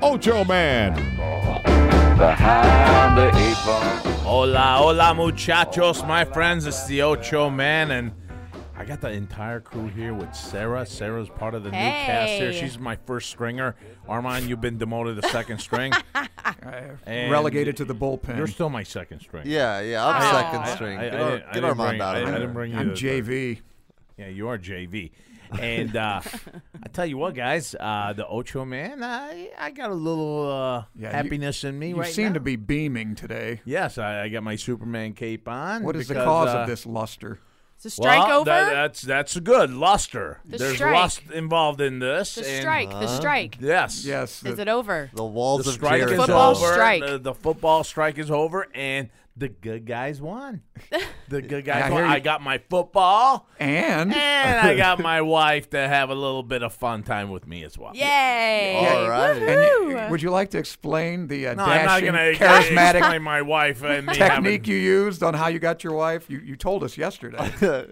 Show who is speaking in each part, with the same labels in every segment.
Speaker 1: Ocho Man.
Speaker 2: Behind the eight ball.
Speaker 3: Hola, hola, muchachos, my friends. It's the Ocho Man, and I got the entire crew here with Sarah. Sarah's part of the new cast here.
Speaker 4: Hey.
Speaker 3: She's my first stringer. Armand, you've been demoted to second string. And
Speaker 5: relegated to the bullpen.
Speaker 3: You're still my second string.
Speaker 6: Yeah, yeah, I'm
Speaker 3: Oh. I-
Speaker 6: second string.
Speaker 3: I- I
Speaker 6: get
Speaker 3: didn't-
Speaker 6: our,
Speaker 3: I
Speaker 6: get
Speaker 3: didn't
Speaker 6: Armand
Speaker 3: bring-
Speaker 6: out
Speaker 3: I
Speaker 6: of
Speaker 3: didn't
Speaker 6: there.
Speaker 3: bring you
Speaker 5: I'm
Speaker 3: to-
Speaker 5: JV.
Speaker 3: Yeah, you are JV. And uh, I tell you what, guys, uh, the Ocho Man, I, I got a little uh,
Speaker 5: Yeah, you-
Speaker 3: happiness in me
Speaker 5: You
Speaker 3: right
Speaker 5: seem
Speaker 3: now.
Speaker 5: to be beaming today.
Speaker 3: Yes, I, I got my Superman cape on.
Speaker 5: What is the
Speaker 3: because,
Speaker 5: cause
Speaker 3: uh,
Speaker 5: of this luster?
Speaker 4: It's a strike
Speaker 3: well,
Speaker 4: over.
Speaker 3: that- that's that's good luster.
Speaker 4: The
Speaker 3: There's
Speaker 4: strike.
Speaker 3: lust involved in this.
Speaker 4: the
Speaker 3: and-
Speaker 4: strike. The strike.
Speaker 3: Yes.
Speaker 5: Yes.
Speaker 4: Is
Speaker 5: the-
Speaker 4: it over?
Speaker 6: The
Speaker 3: The
Speaker 6: walls of
Speaker 3: strike
Speaker 6: Jericho.
Speaker 3: is
Speaker 4: Football
Speaker 3: over.
Speaker 4: strike.
Speaker 3: The, the football strike is over, and the good guys won. The good guys
Speaker 5: I
Speaker 3: won.
Speaker 5: hear you.
Speaker 3: I got my football,
Speaker 5: and
Speaker 3: and I got my wife to have a little bit of fun time with me as well.
Speaker 4: Yay!
Speaker 6: All right.
Speaker 5: and you-
Speaker 4: Woohoo.
Speaker 5: would you like to explain the uh,
Speaker 3: No, I'm not
Speaker 5: dashing,
Speaker 3: gonna
Speaker 5: charismatic
Speaker 3: explain my wife and me
Speaker 5: technique
Speaker 3: having-
Speaker 5: you used on how you got your wife? You you told us yesterday.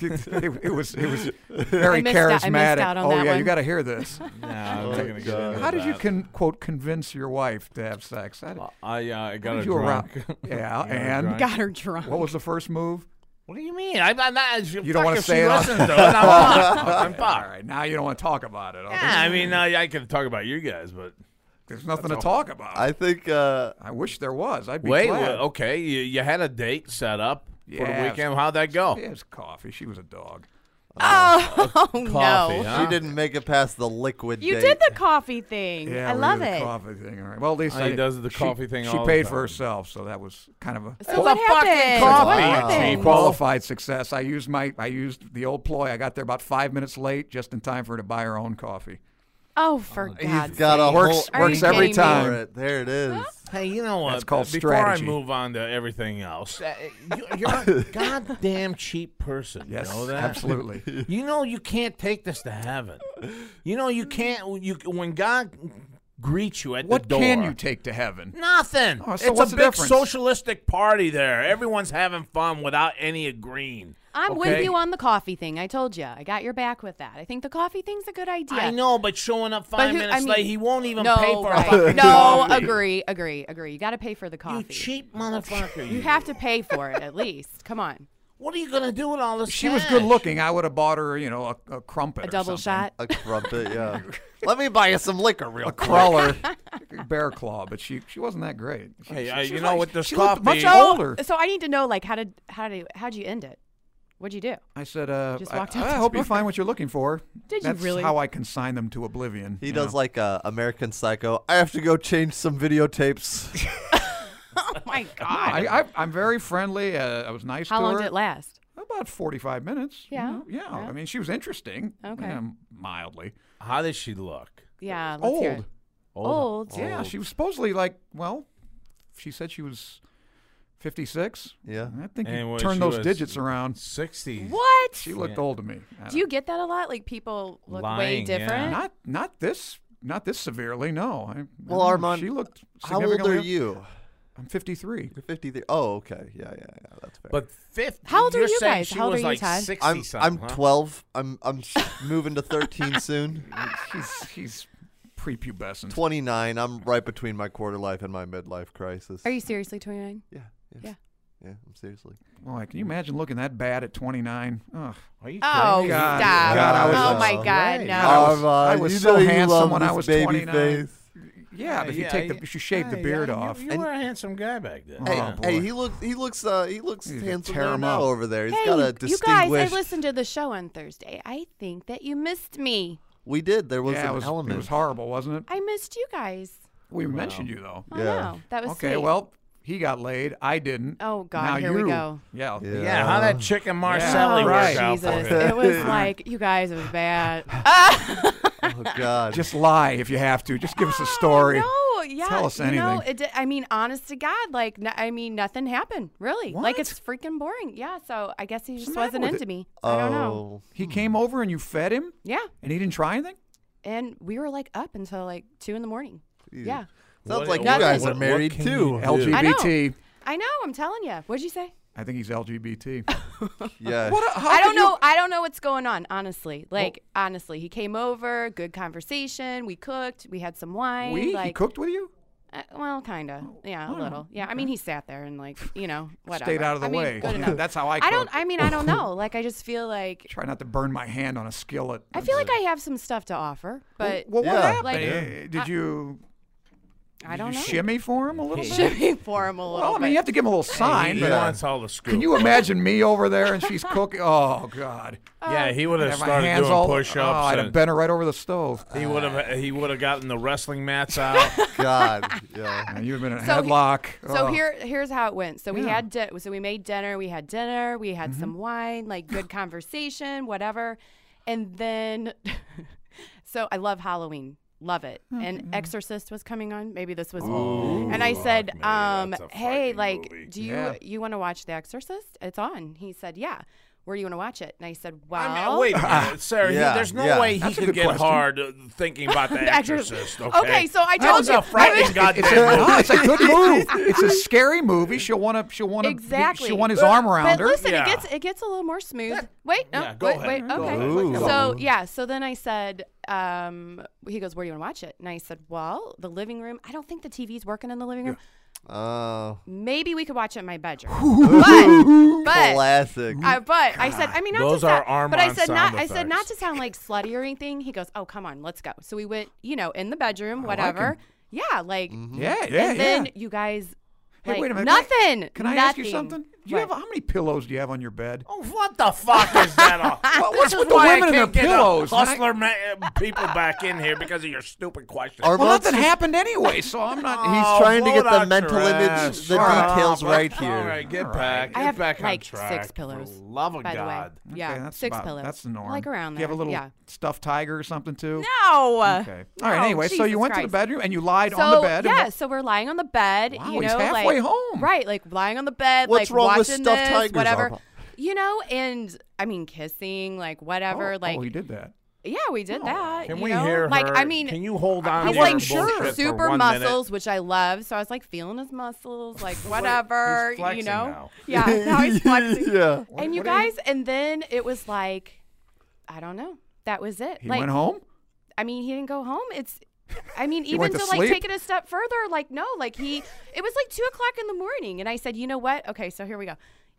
Speaker 5: it, it was it was very
Speaker 4: I missed out- I missed
Speaker 5: charismatic.
Speaker 4: out on
Speaker 5: oh
Speaker 4: that
Speaker 5: yeah,
Speaker 4: one.
Speaker 5: you got to hear this.
Speaker 3: No, I'm not gonna get into
Speaker 5: Oh, How did you
Speaker 3: that.
Speaker 5: con- quote convince your wife to have sex? I,
Speaker 3: I uh, I got
Speaker 5: did
Speaker 3: her
Speaker 5: you around?
Speaker 3: drunk.
Speaker 5: Yeah,
Speaker 3: her drunk.
Speaker 5: and
Speaker 4: Got her drunk.
Speaker 5: what was the first move?
Speaker 3: What do you mean? I'm I'm not. You
Speaker 5: don't wanna say it on-
Speaker 3: Listens to it, I'm fucked. I'm
Speaker 5: All
Speaker 3: fucked.
Speaker 5: right, now you don't want to talk about it. okay?
Speaker 3: Yeah, I mean, uh, I can talk about you guys, but
Speaker 5: There's nothing to talk about. I,
Speaker 6: I think uh,
Speaker 5: wish there was. I'd be
Speaker 3: wait,
Speaker 5: glad.
Speaker 3: wait, okay, you, you had a date set up for the
Speaker 5: Yes.
Speaker 3: weekend. How'd that go?
Speaker 5: It's coffee. She was a dog.
Speaker 4: Oh,
Speaker 3: Coffee,
Speaker 4: no!
Speaker 3: huh?
Speaker 6: she didn't make it past the liquid
Speaker 4: You
Speaker 6: date.
Speaker 4: did the coffee thing. I
Speaker 5: we
Speaker 4: love
Speaker 5: did the
Speaker 4: it.
Speaker 5: Coffee thing. All right. Well, at least
Speaker 3: Oh, He
Speaker 5: I-
Speaker 3: does the
Speaker 5: she-
Speaker 3: coffee thing
Speaker 5: She
Speaker 3: all the
Speaker 5: paid
Speaker 3: time.
Speaker 5: for herself, so that was kind of a
Speaker 4: So what
Speaker 3: coffee,
Speaker 4: happened? What
Speaker 3: Wow.
Speaker 4: happened?
Speaker 5: qualified success. I used my I used the old ploy. I got there about five minutes late, just in time for her to buy her own coffee.
Speaker 4: Oh, for
Speaker 6: He's
Speaker 4: God's
Speaker 6: got a
Speaker 4: sake!
Speaker 6: whole
Speaker 5: Works
Speaker 4: Are you
Speaker 5: works every
Speaker 4: kidding me?
Speaker 5: time.
Speaker 6: for it. There it is.
Speaker 3: Hey, you know what? Uh,
Speaker 5: That's called
Speaker 3: Before
Speaker 5: strategy.
Speaker 3: I move on to everything else, uh, you, you're a goddamn cheap person.
Speaker 5: Yes,
Speaker 3: you know that?
Speaker 5: absolutely.
Speaker 3: You know you can't take this to heaven. You know you can't. You when God greets you at
Speaker 5: what
Speaker 3: the door,
Speaker 5: can you take to heaven?
Speaker 3: Nothing.
Speaker 5: Oh, so
Speaker 3: it's
Speaker 5: what's
Speaker 3: a
Speaker 5: the
Speaker 3: big
Speaker 5: difference?
Speaker 3: socialistic party there. Everyone's having fun without any agreeing.
Speaker 4: I'm
Speaker 3: okay?
Speaker 4: with you on the coffee thing. I told you, I got your back with that. I think the coffee thing's a good idea.
Speaker 3: I know, but showing up five
Speaker 4: who- I
Speaker 3: minutes
Speaker 4: mean-
Speaker 3: late, he won't even
Speaker 4: No,
Speaker 3: pay for
Speaker 4: right.
Speaker 3: a fucking
Speaker 4: No,
Speaker 3: coffee.
Speaker 4: agree, agree, agree. You got to pay for the
Speaker 3: You
Speaker 4: coffee.
Speaker 3: cheap motherfucker.
Speaker 4: You have to pay for it at least. Come on,
Speaker 3: What are you gonna do with all this?
Speaker 5: She was
Speaker 3: cash?
Speaker 5: good looking. I would have bought her, you know, a, a crumpet,
Speaker 4: a
Speaker 5: or
Speaker 4: double
Speaker 5: something.
Speaker 4: shot.
Speaker 6: A crumpet, yeah. Let me buy you some liquor real
Speaker 5: a
Speaker 6: quick.
Speaker 5: crawler, bear claw. But she she wasn't that great. She-
Speaker 3: Hey,
Speaker 5: she-
Speaker 3: uh,
Speaker 5: she
Speaker 3: you
Speaker 5: was
Speaker 3: know
Speaker 5: like-
Speaker 3: what? This
Speaker 5: she looked
Speaker 3: coffee-
Speaker 5: much
Speaker 3: So-
Speaker 5: older.
Speaker 4: Oh, So I need to know, like, how did how did how'd you end it? What'd you do?
Speaker 5: I said, uh,
Speaker 4: Just
Speaker 5: I,
Speaker 4: walked
Speaker 5: I
Speaker 4: out the
Speaker 5: hope you
Speaker 4: door.
Speaker 5: find what you're looking for.
Speaker 4: Did you
Speaker 5: That's
Speaker 4: really?
Speaker 5: how I consign them to oblivion.
Speaker 6: He
Speaker 5: you
Speaker 6: does
Speaker 5: know.
Speaker 6: like uh, American Psycho. I have to go change some videotapes.
Speaker 4: Oh my god!
Speaker 5: I, I, I'm very friendly. Uh, I was nice
Speaker 4: how
Speaker 5: to
Speaker 4: long
Speaker 5: her.
Speaker 4: did it last?
Speaker 5: About 45 minutes. you
Speaker 4: Yeah?
Speaker 5: know? Yeah. I mean, she was interesting.
Speaker 4: Okay.
Speaker 5: yeah, mildly.
Speaker 3: How does she look? Oh,
Speaker 4: Yeah, let's hear it.
Speaker 5: Old.
Speaker 4: Old.
Speaker 5: Yeah. She was supposedly like, well, she said she was 56.
Speaker 6: Yeah.
Speaker 5: I think
Speaker 3: And
Speaker 5: you
Speaker 3: what,
Speaker 5: turn
Speaker 3: she
Speaker 5: those
Speaker 3: was-
Speaker 5: digits around.
Speaker 3: Sixty.
Speaker 4: What?
Speaker 5: She looked old to me. I
Speaker 4: Do you get that a lot? Like people look way
Speaker 3: Lying, yeah.
Speaker 5: don't-
Speaker 4: different.
Speaker 5: Not not this not this severely. No. I- I, don't
Speaker 6: Well,
Speaker 5: know.
Speaker 6: Armand,
Speaker 5: she looked.
Speaker 6: How old are
Speaker 5: significantly-
Speaker 6: you?
Speaker 5: I'm 53.
Speaker 6: You're 53. Oh, okay. Yeah, yeah, yeah. That's fair.
Speaker 3: But fifty.
Speaker 4: How old are
Speaker 3: you're
Speaker 4: you
Speaker 3: saying
Speaker 4: guys?
Speaker 3: She
Speaker 4: How old
Speaker 3: was
Speaker 4: are you,
Speaker 3: like
Speaker 4: Todd?
Speaker 3: sixty
Speaker 6: I'm I'm
Speaker 3: something. huh?
Speaker 6: 12. I'm I'm s- moving to 13 soon.
Speaker 5: He's he's prepubescent.
Speaker 6: 29. I'm right between my quarter life and my midlife crisis.
Speaker 4: Are you seriously 29?
Speaker 6: Yeah. yes.
Speaker 4: Yeah.
Speaker 6: Yeah. I'm seriously.
Speaker 5: Boy, can you imagine looking that bad at 29? Ugh.
Speaker 3: Are you
Speaker 4: Oh,
Speaker 3: crazy?
Speaker 5: God.
Speaker 4: stop.
Speaker 5: God, I was-
Speaker 4: oh, my
Speaker 6: Oh,
Speaker 4: God,
Speaker 3: right.
Speaker 4: no.
Speaker 5: I was- I
Speaker 6: Armand,
Speaker 5: was
Speaker 6: you
Speaker 5: so
Speaker 6: know you
Speaker 5: handsome
Speaker 6: love
Speaker 5: when I
Speaker 6: this
Speaker 5: was
Speaker 6: baby
Speaker 5: 29.
Speaker 6: Face.
Speaker 5: Yeah, but if you
Speaker 3: yeah,
Speaker 5: take the
Speaker 3: yeah.
Speaker 5: if you shave the
Speaker 3: Hey,
Speaker 5: beard
Speaker 3: yeah, you-
Speaker 5: off.
Speaker 3: You, were a handsome guy back then.
Speaker 5: Oh,
Speaker 3: Yeah.
Speaker 5: boy.
Speaker 6: Hey, he looks. He looks. Uh, he looks
Speaker 5: He's gonna
Speaker 6: handsome
Speaker 5: tear
Speaker 6: right
Speaker 5: him
Speaker 6: now
Speaker 5: up.
Speaker 6: over there. He's
Speaker 4: Hey,
Speaker 6: got a
Speaker 4: you guys, I
Speaker 6: distinguished.
Speaker 4: listened to the show on Thursday. I think that you missed me.
Speaker 6: we did. There was
Speaker 5: yeah,
Speaker 6: an
Speaker 5: it was,
Speaker 6: element.
Speaker 5: it was horrible, wasn't it?
Speaker 4: I missed you guys.
Speaker 5: We mentioned you though.
Speaker 4: Oh,
Speaker 6: Yeah.
Speaker 4: no. That was
Speaker 5: Okay,
Speaker 4: sweet.
Speaker 5: well, he got laid. I didn't.
Speaker 4: Oh, God,
Speaker 5: now
Speaker 4: here we
Speaker 5: you-
Speaker 4: go.
Speaker 5: Yeah.
Speaker 6: Yeah.
Speaker 3: Yeah, how that chicken Marcelli
Speaker 4: Oh,
Speaker 5: right.
Speaker 3: worked out for
Speaker 4: Jesus.
Speaker 3: you.
Speaker 4: It was like, you guys, it was bad. Ah,
Speaker 6: Oh God.
Speaker 5: Just lie if you have to. Just give us a story.
Speaker 4: Oh, No, No, yeah.
Speaker 5: Tell us
Speaker 4: You know,
Speaker 5: anything.
Speaker 4: it, di- I mean, honest to God, like, n- I mean, nothing happened, really. Like, it's freaking boring. Yeah, so I guess he just
Speaker 5: the matter
Speaker 4: wasn't
Speaker 5: with
Speaker 4: into
Speaker 5: it? Oh.
Speaker 4: me. I don't know.
Speaker 6: Oh,
Speaker 5: He came over and you fed him,
Speaker 4: Yeah.
Speaker 5: and he didn't try anything.
Speaker 4: And we were like up until like two in the morning. Yeah.
Speaker 6: Sounds
Speaker 3: What-
Speaker 6: like you
Speaker 4: what-
Speaker 6: guys
Speaker 3: what-
Speaker 6: are married
Speaker 3: what can
Speaker 6: too.
Speaker 3: you do?
Speaker 5: LGBT.
Speaker 4: I know. I know. I'm telling you. What'd you say?
Speaker 5: I think he's LGBT.
Speaker 6: Yeah.
Speaker 5: what? a- Uh, how
Speaker 4: I
Speaker 5: could
Speaker 4: don't
Speaker 5: you-
Speaker 4: know. I don't know what's going on. Honestly, like honestly, he came over. Good conversation. We cooked. We had some wine.
Speaker 5: We?
Speaker 4: like,
Speaker 5: he cooked with you?
Speaker 4: Uh, well, kind of. Yeah, a little. Yeah, I mean, he sat there and like, you know, whatever.
Speaker 5: Stayed out of the
Speaker 4: I mean,
Speaker 5: way.
Speaker 4: good
Speaker 5: Yeah,
Speaker 4: enough.
Speaker 5: that's how I
Speaker 4: I don't.
Speaker 5: cook.
Speaker 4: I mean, I don't know. Like, I just feel like
Speaker 5: Try not to burn my hand on a skillet.
Speaker 4: I feel like I have some stuff to offer, but
Speaker 5: Well, what
Speaker 6: Yeah.
Speaker 5: happened?
Speaker 4: Like,
Speaker 5: Uh, Did you,
Speaker 4: I
Speaker 5: did
Speaker 4: don't
Speaker 5: you
Speaker 4: know.
Speaker 5: shimmy for him a little bit?
Speaker 4: Should be for him a little.
Speaker 5: Well, I mean, you have to give him a little sign.
Speaker 3: He
Speaker 5: but
Speaker 3: wants all the scoop.
Speaker 5: Can you imagine me over there and she's cooking? Oh God!
Speaker 3: yeah, he would have
Speaker 5: Have my
Speaker 3: started
Speaker 5: hands
Speaker 3: doing
Speaker 5: all-
Speaker 3: push-ups.
Speaker 5: Oh, I'd have
Speaker 3: and
Speaker 5: bent her right over the stove.
Speaker 3: he would have. He would have gotten the wrestling mats out.
Speaker 6: God. Yeah.
Speaker 5: And you've been in a
Speaker 4: So he-
Speaker 5: headlock.
Speaker 4: So
Speaker 5: Oh.
Speaker 4: here, here's how it went. So we
Speaker 5: Yeah.
Speaker 4: had, di- so we made dinner. We had dinner. We had some wine, like good conversation, whatever. And then, so I love Halloween, love it. And Exorcist was coming on. Maybe this was, and I said,
Speaker 3: me,
Speaker 4: um,
Speaker 3: that's a
Speaker 4: hey,
Speaker 3: frightening
Speaker 4: like,
Speaker 3: movie."
Speaker 4: do you
Speaker 5: Yeah.
Speaker 4: you want to watch The Exorcist? It's on. He said, yeah. Where do you want to watch it? And I said,
Speaker 3: I
Speaker 4: well,
Speaker 3: mean, uh, wait a minute, Sarah. he-
Speaker 6: Yeah,
Speaker 3: there's no
Speaker 6: yeah.
Speaker 3: way he
Speaker 5: That's a
Speaker 3: could
Speaker 5: good
Speaker 3: get
Speaker 5: question.
Speaker 3: hard uh, thinking about the
Speaker 4: The Exorcist.
Speaker 3: Exorcist. Okay,
Speaker 4: Okay, so I
Speaker 3: that
Speaker 4: told
Speaker 3: was
Speaker 4: you.
Speaker 3: a frightening goddamn
Speaker 5: It's a, no,
Speaker 3: movie.
Speaker 5: it's a good move. It's a scary movie. She'll want to. She'll want to.
Speaker 4: Exactly.
Speaker 5: She'll want his
Speaker 4: But-
Speaker 5: arm around
Speaker 4: but
Speaker 5: her.
Speaker 4: Listen,
Speaker 3: Yeah.
Speaker 4: it gets it gets a little more smooth. Wait, no,
Speaker 3: Yeah, go
Speaker 4: wait,
Speaker 3: ahead.
Speaker 4: wait, okay.
Speaker 6: Ooh.
Speaker 4: So yeah, so then I said, um, he goes, "Where do you want to watch it?" And I said, "Well, the living room. I don't think the TV's working in the living room.
Speaker 6: Oh.
Speaker 4: Maybe we could watch it in my bedroom." but but
Speaker 6: Classic.
Speaker 4: I, but I said, I mean, not
Speaker 3: Those
Speaker 4: to sound,
Speaker 3: are Armand
Speaker 4: but I said not,
Speaker 3: sound
Speaker 4: I said not
Speaker 3: effects.
Speaker 4: to sound like slutty or anything. He goes, "Oh, come on, let's go." So we went, you know, in the bedroom, whatever. yeah, like,
Speaker 5: yeah, yeah,
Speaker 4: and
Speaker 5: yeah.
Speaker 4: then you guys.
Speaker 5: Mm-hmm. Hey,
Speaker 4: like,
Speaker 5: wait a minute.
Speaker 4: Nothing.
Speaker 5: Can I ask you
Speaker 4: nothing.
Speaker 5: something? Do you
Speaker 4: What?
Speaker 5: have how many pillows do you have on your bed?
Speaker 3: Oh, what the fuck is that? all-
Speaker 5: What-
Speaker 3: This
Speaker 5: what's
Speaker 3: is
Speaker 5: with the
Speaker 3: why I
Speaker 5: women and
Speaker 3: can't get
Speaker 5: their
Speaker 3: the
Speaker 5: pillows, man?
Speaker 3: Hustler ma- uh, people back in here because of your stupid question.
Speaker 6: Our
Speaker 5: Well,
Speaker 6: months
Speaker 5: nothing
Speaker 6: is-
Speaker 5: happened anyway, so I'm not.
Speaker 6: He's
Speaker 3: Oh,
Speaker 6: trying to
Speaker 3: blow
Speaker 6: get the
Speaker 3: it out
Speaker 6: mental
Speaker 3: your
Speaker 6: image,
Speaker 3: ass.
Speaker 6: the
Speaker 3: Shut
Speaker 6: details
Speaker 3: up.
Speaker 6: right
Speaker 3: All right,
Speaker 6: here.
Speaker 3: get back.
Speaker 4: I
Speaker 3: get
Speaker 4: have
Speaker 3: back on
Speaker 4: like
Speaker 3: track,
Speaker 4: six pillows.
Speaker 3: For the love of
Speaker 4: by
Speaker 3: God.
Speaker 4: the way, yeah,
Speaker 5: Okay, that's
Speaker 4: six
Speaker 5: about-
Speaker 4: pillows.
Speaker 5: That's the norm.
Speaker 4: Like around
Speaker 5: Do
Speaker 4: there.
Speaker 5: you have a little
Speaker 4: yeah.
Speaker 5: stuffed tiger or something too?
Speaker 4: No.
Speaker 5: Okay. All right. anyway, so you went to the bedroom and you lied
Speaker 4: So
Speaker 5: on the bed. and
Speaker 4: yeah,
Speaker 5: what-
Speaker 4: so we're lying on the bed.
Speaker 5: Wow,
Speaker 4: you know,
Speaker 5: he's halfway
Speaker 4: like,
Speaker 5: home.
Speaker 4: Right, like lying on the bed.
Speaker 6: What's
Speaker 4: like,
Speaker 6: wrong with
Speaker 4: watching
Speaker 6: stuffed
Speaker 4: this,
Speaker 6: tigers,
Speaker 4: Whatever.
Speaker 5: Oh.
Speaker 6: Alba?
Speaker 4: You know, and I mean kissing, like whatever.
Speaker 5: oh,
Speaker 4: like
Speaker 5: oh, he did Oh. that.
Speaker 4: yeah, we did that.
Speaker 3: Can
Speaker 4: you
Speaker 3: we
Speaker 4: know?
Speaker 3: hear
Speaker 4: Like
Speaker 3: her?
Speaker 4: I mean,
Speaker 3: can you hold on?
Speaker 4: He's
Speaker 3: to your
Speaker 4: like
Speaker 3: bullshit for
Speaker 4: super
Speaker 3: one minute?
Speaker 4: muscles, which I love. So I was like feeling his muscles, like whatever,
Speaker 3: he's flexing
Speaker 4: you know.
Speaker 3: now.
Speaker 4: Yeah, now he's flexing.
Speaker 6: yeah.
Speaker 4: and you
Speaker 5: what are you-
Speaker 4: guys, and then it was like, I don't know. That was it.
Speaker 5: He
Speaker 4: like,
Speaker 5: went home.
Speaker 4: I mean, he didn't go home. It's, I mean, even
Speaker 5: went
Speaker 4: to,
Speaker 5: to
Speaker 4: like
Speaker 5: sleep?
Speaker 4: take it a step further, like no, like he, it was like two o'clock in the morning, and I said, you know what? Okay, so here we go.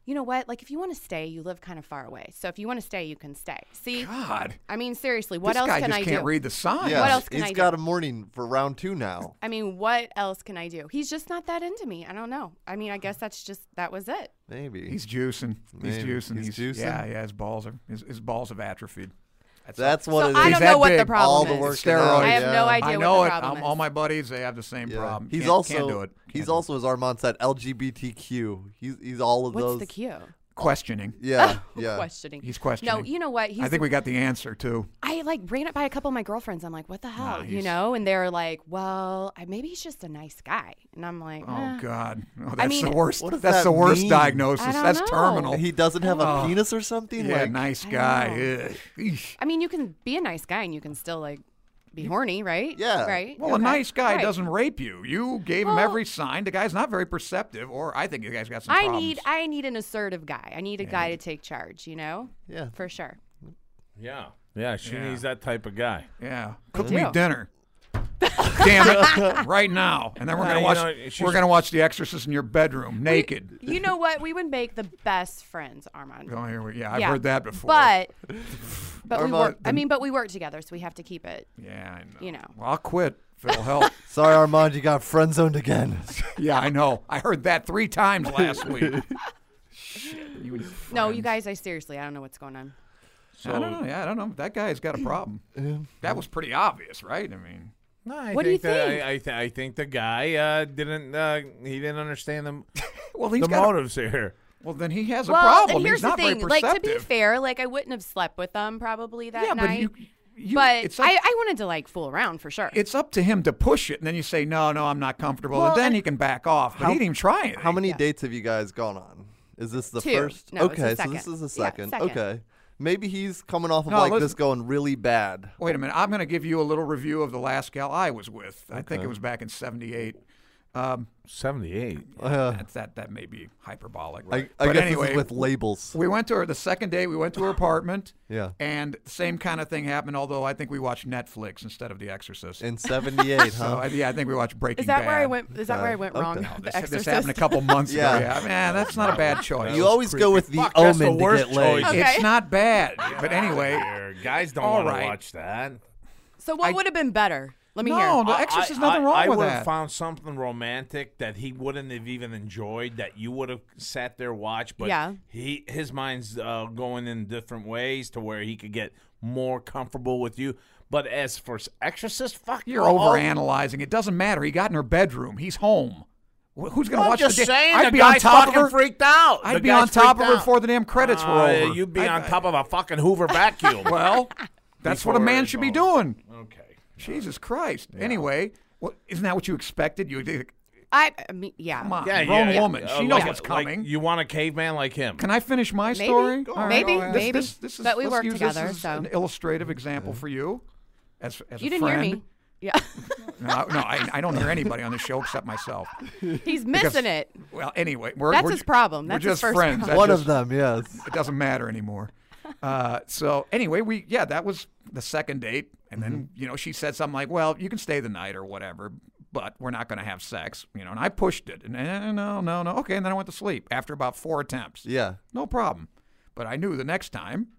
Speaker 4: You know what? Like, if you want to stay, you live kind of far away. So if you want to stay, you can stay. See,
Speaker 5: God.
Speaker 4: I mean, seriously, what
Speaker 5: this
Speaker 4: else
Speaker 5: guy
Speaker 4: can
Speaker 5: just
Speaker 4: I
Speaker 5: can't
Speaker 4: do?
Speaker 5: read the signs.
Speaker 6: Yeah.
Speaker 4: What else can
Speaker 6: He's
Speaker 4: I do?
Speaker 6: got a morning for round two now.
Speaker 4: I mean, what else can I do? He's just not that into me. I don't know. I mean, I guess that's just that was it.
Speaker 6: Maybe.
Speaker 5: He's juicing. He's
Speaker 6: Maybe.
Speaker 5: juicing.
Speaker 6: He's juicing?
Speaker 5: Yeah, yeah. His balls are his, his balls have atrophied.
Speaker 6: That's what
Speaker 4: so
Speaker 6: it is.
Speaker 4: I
Speaker 5: He's
Speaker 4: don't
Speaker 5: that
Speaker 4: know what the
Speaker 5: big.
Speaker 4: problem
Speaker 6: All the
Speaker 4: is.
Speaker 6: work is
Speaker 5: Steroids.
Speaker 6: out,
Speaker 4: I have
Speaker 6: yeah.
Speaker 4: no idea
Speaker 5: I
Speaker 4: what
Speaker 5: know
Speaker 4: the
Speaker 5: it.
Speaker 4: problem
Speaker 5: I'm-
Speaker 4: is.
Speaker 5: all my buddies they have the same
Speaker 6: Yeah.
Speaker 5: problem.
Speaker 6: He's
Speaker 5: Can't-
Speaker 6: also
Speaker 5: can't do it.
Speaker 6: he's
Speaker 5: Can't do it.
Speaker 6: also as Armand said LGBTQ. He's he's all of
Speaker 4: What's
Speaker 6: those.
Speaker 4: the cue?
Speaker 5: questioning.
Speaker 6: Yeah, yeah.
Speaker 4: questioning.
Speaker 5: He's questioning.
Speaker 4: No, you know what? He's,
Speaker 5: I think we got the answer too.
Speaker 4: I like ran it by a couple of my girlfriends. I'm like, what the hell, you
Speaker 5: he's-
Speaker 4: know? And they're like, well, I, maybe he's just a nice guy. And I'm like,
Speaker 5: Oh
Speaker 4: eh,
Speaker 5: God, Oh, that's the
Speaker 4: mean-
Speaker 5: worst.
Speaker 6: What does
Speaker 5: that's
Speaker 6: that
Speaker 5: the worst
Speaker 6: mean?
Speaker 5: diagnosis.
Speaker 4: I don't
Speaker 5: that's
Speaker 4: know.
Speaker 5: terminal.
Speaker 6: He doesn't have a penis or something.
Speaker 5: Oh. yeah,
Speaker 6: like,
Speaker 5: nice
Speaker 4: I don't
Speaker 5: guy.
Speaker 4: know.
Speaker 5: Ugh. Eesh.
Speaker 4: I mean, you can be a nice guy and you can still like be horny, right?
Speaker 6: Yeah.
Speaker 4: Right. Okay.
Speaker 5: Well, a nice guy
Speaker 4: Right.
Speaker 5: doesn't rape you. You gave him
Speaker 4: Well-
Speaker 5: every sign. The guy's not very perceptive, or I think the guy's got some
Speaker 4: I
Speaker 5: problems.
Speaker 4: need I need an assertive guy. I need a guy to take charge. You know.
Speaker 6: Yeah.
Speaker 4: For sure.
Speaker 3: Yeah, yeah. She
Speaker 5: Yeah.
Speaker 3: needs that type of guy.
Speaker 5: Yeah, cook me
Speaker 4: Yeah.
Speaker 5: dinner. Damn it! Right now, and then we're
Speaker 3: Uh,
Speaker 5: gonna
Speaker 3: you
Speaker 5: watch.
Speaker 3: know, she's-
Speaker 5: we're gonna watch The Exorcist in your bedroom, naked.
Speaker 4: You know what? We would make the best friends, Armand.
Speaker 5: Oh, here we, yeah, I've
Speaker 4: Yeah.
Speaker 5: heard that before.
Speaker 4: But but we
Speaker 6: Armand,
Speaker 4: work. I
Speaker 6: the-
Speaker 4: mean, but we work together, so we have to keep it.
Speaker 5: yeah, I know.
Speaker 4: you know.
Speaker 5: well, I'll quit. If it'll help.
Speaker 6: Sorry, Armand, you got friend zoned again.
Speaker 5: yeah, I know. I heard that three times last week. Shit, you and your
Speaker 4: No, you
Speaker 5: friends.
Speaker 4: guys. I seriously, I don't know what's going on.
Speaker 5: I don't know. Yeah, I don't know. That guy's got a problem. that was pretty obvious, right? I mean,
Speaker 3: No, I
Speaker 4: What do you
Speaker 3: think that-
Speaker 4: think?
Speaker 3: I, I, th- I think the guy uh, didn't. Uh, he didn't understand the,
Speaker 5: well, he's
Speaker 3: the
Speaker 5: got. A,
Speaker 3: motives here.
Speaker 5: well, then he has a
Speaker 4: well,
Speaker 5: problem.
Speaker 4: and here's
Speaker 5: he's not
Speaker 4: the thing.
Speaker 5: very
Speaker 4: Like to
Speaker 5: perceptive.
Speaker 4: be fair, like I wouldn't have slept with them probably that
Speaker 5: yeah,
Speaker 4: night.
Speaker 5: but you. you,
Speaker 4: but
Speaker 5: it's up,
Speaker 4: I, I wanted to like fool around for sure.
Speaker 5: it's up to him to push it, and then you say, "No, no, I'm not comfortable,"
Speaker 6: Well,
Speaker 5: and then
Speaker 6: and-
Speaker 5: he can back off. But he didn't even try it.
Speaker 6: How many dates have you guys gone on? Is this the
Speaker 4: Two.
Speaker 6: first?
Speaker 4: No, it's the
Speaker 6: okay, so this
Speaker 4: second.
Speaker 6: is the
Speaker 4: Yeah,
Speaker 6: second.
Speaker 4: second.
Speaker 6: Okay. Maybe he's coming off of
Speaker 5: No,
Speaker 6: like
Speaker 5: listen-
Speaker 6: this going really bad.
Speaker 5: Wait a minute. I'm going to give you a little review of the last gal I was with. I think it was back in '78. Um,
Speaker 3: 78.
Speaker 5: that's that. That may be hyperbolic.
Speaker 6: I, I
Speaker 5: but
Speaker 6: guess
Speaker 5: anyway,
Speaker 6: this is with labels.
Speaker 5: we went to her the second day. We went to her apartment.
Speaker 6: Yeah.
Speaker 5: And same kind of thing happened. Although I think we watched Netflix instead of The Exorcist.
Speaker 6: In 78,
Speaker 5: so
Speaker 6: huh?
Speaker 5: I, yeah, I think we watched Breaking
Speaker 4: is that
Speaker 5: Bad.
Speaker 4: where I went? Is that where I went
Speaker 6: Okay.
Speaker 4: wrong?
Speaker 6: No,
Speaker 4: the
Speaker 5: This
Speaker 4: Exorcist.
Speaker 5: happened a couple months
Speaker 6: Yeah.
Speaker 5: ago. Yeah, man, that's not a bad choice.
Speaker 6: you always go with the
Speaker 3: Fuck, that's the
Speaker 6: omen to
Speaker 3: worst
Speaker 6: get laid.
Speaker 3: choice.
Speaker 4: Okay.
Speaker 5: It's not bad. But anyway,
Speaker 3: Here, guys don't
Speaker 5: All
Speaker 3: want
Speaker 5: right.
Speaker 3: to watch that.
Speaker 4: so what
Speaker 5: I-
Speaker 4: would have been better? Let me
Speaker 5: no,
Speaker 4: hear.
Speaker 5: The
Speaker 3: I-
Speaker 5: Exorcist,
Speaker 3: I-
Speaker 5: nothing wrong
Speaker 3: I, I
Speaker 5: with
Speaker 3: would've
Speaker 5: that.
Speaker 3: found something romantic that he wouldn't have even enjoyed. That you would have sat there watched. But
Speaker 4: Yeah.
Speaker 3: he his mind's uh, going in different ways to where he could get more comfortable with you. But as for s- Exorcist, fuck
Speaker 5: You're
Speaker 3: all-
Speaker 5: overanalyzing. It doesn't matter. He got in her bedroom. He's home. Wh- Who's gonna
Speaker 3: I'm
Speaker 5: watch
Speaker 3: just
Speaker 5: the da-
Speaker 3: saying,
Speaker 5: I'd
Speaker 3: the
Speaker 5: be on
Speaker 3: guy's
Speaker 5: top of
Speaker 3: fucking
Speaker 5: her.
Speaker 3: freaked out.
Speaker 5: I'd
Speaker 3: The
Speaker 5: be on
Speaker 3: guy's
Speaker 5: top of
Speaker 3: freaked
Speaker 5: her
Speaker 3: out.
Speaker 5: before the damn credits were
Speaker 3: Uh,
Speaker 5: over.
Speaker 3: You'd be
Speaker 5: I'd-
Speaker 3: on top of a fucking Hoover vacuum.
Speaker 5: Well, that's what a
Speaker 3: Before
Speaker 5: man
Speaker 3: it's
Speaker 5: should be
Speaker 3: over.
Speaker 5: doing.
Speaker 3: okay.
Speaker 5: Jesus Christ. Anyway, what, isn't that what you expected? You did-
Speaker 4: I, I mean, yeah.
Speaker 5: come on,
Speaker 3: Yeah,
Speaker 5: grown
Speaker 3: yeah,
Speaker 5: woman.
Speaker 3: yeah.
Speaker 5: she
Speaker 3: Uh,
Speaker 5: knows
Speaker 3: like-
Speaker 5: what's
Speaker 3: like,
Speaker 5: coming.
Speaker 3: you want a caveman like him?
Speaker 5: Can I finish my
Speaker 4: Maybe.
Speaker 5: story?
Speaker 4: Go on. Maybe,
Speaker 5: go ahead. This-
Speaker 4: maybe.
Speaker 5: This, this is,
Speaker 4: But we
Speaker 5: let's
Speaker 4: work
Speaker 5: use
Speaker 4: together,
Speaker 5: This as
Speaker 4: so.
Speaker 5: an illustrative example for you, as, as
Speaker 4: you
Speaker 5: a
Speaker 4: didn't
Speaker 5: friend.
Speaker 4: hear me. Yeah,
Speaker 5: No, I- no I, I don't hear anybody on the show except myself.
Speaker 4: he's missing it.
Speaker 5: Well, anyway, we're
Speaker 4: That's
Speaker 5: we're
Speaker 4: his
Speaker 5: ju-
Speaker 4: problem.
Speaker 5: we're
Speaker 4: That's his
Speaker 5: just
Speaker 4: first
Speaker 5: friends.
Speaker 4: problem.
Speaker 5: That's
Speaker 6: One
Speaker 5: just-
Speaker 6: of them, yes.
Speaker 5: It doesn't matter anymore. Uh, so anyway, we yeah, that was the second date, and then
Speaker 4: Mm-hmm.
Speaker 5: you know she said something like, "Well, you can stay the night or whatever, but we're not going to have sex," you know. And I pushed it, and eh, no, no, no, okay. And then I went to sleep after about four attempts.
Speaker 6: Yeah.
Speaker 5: no problem. But I knew the next time.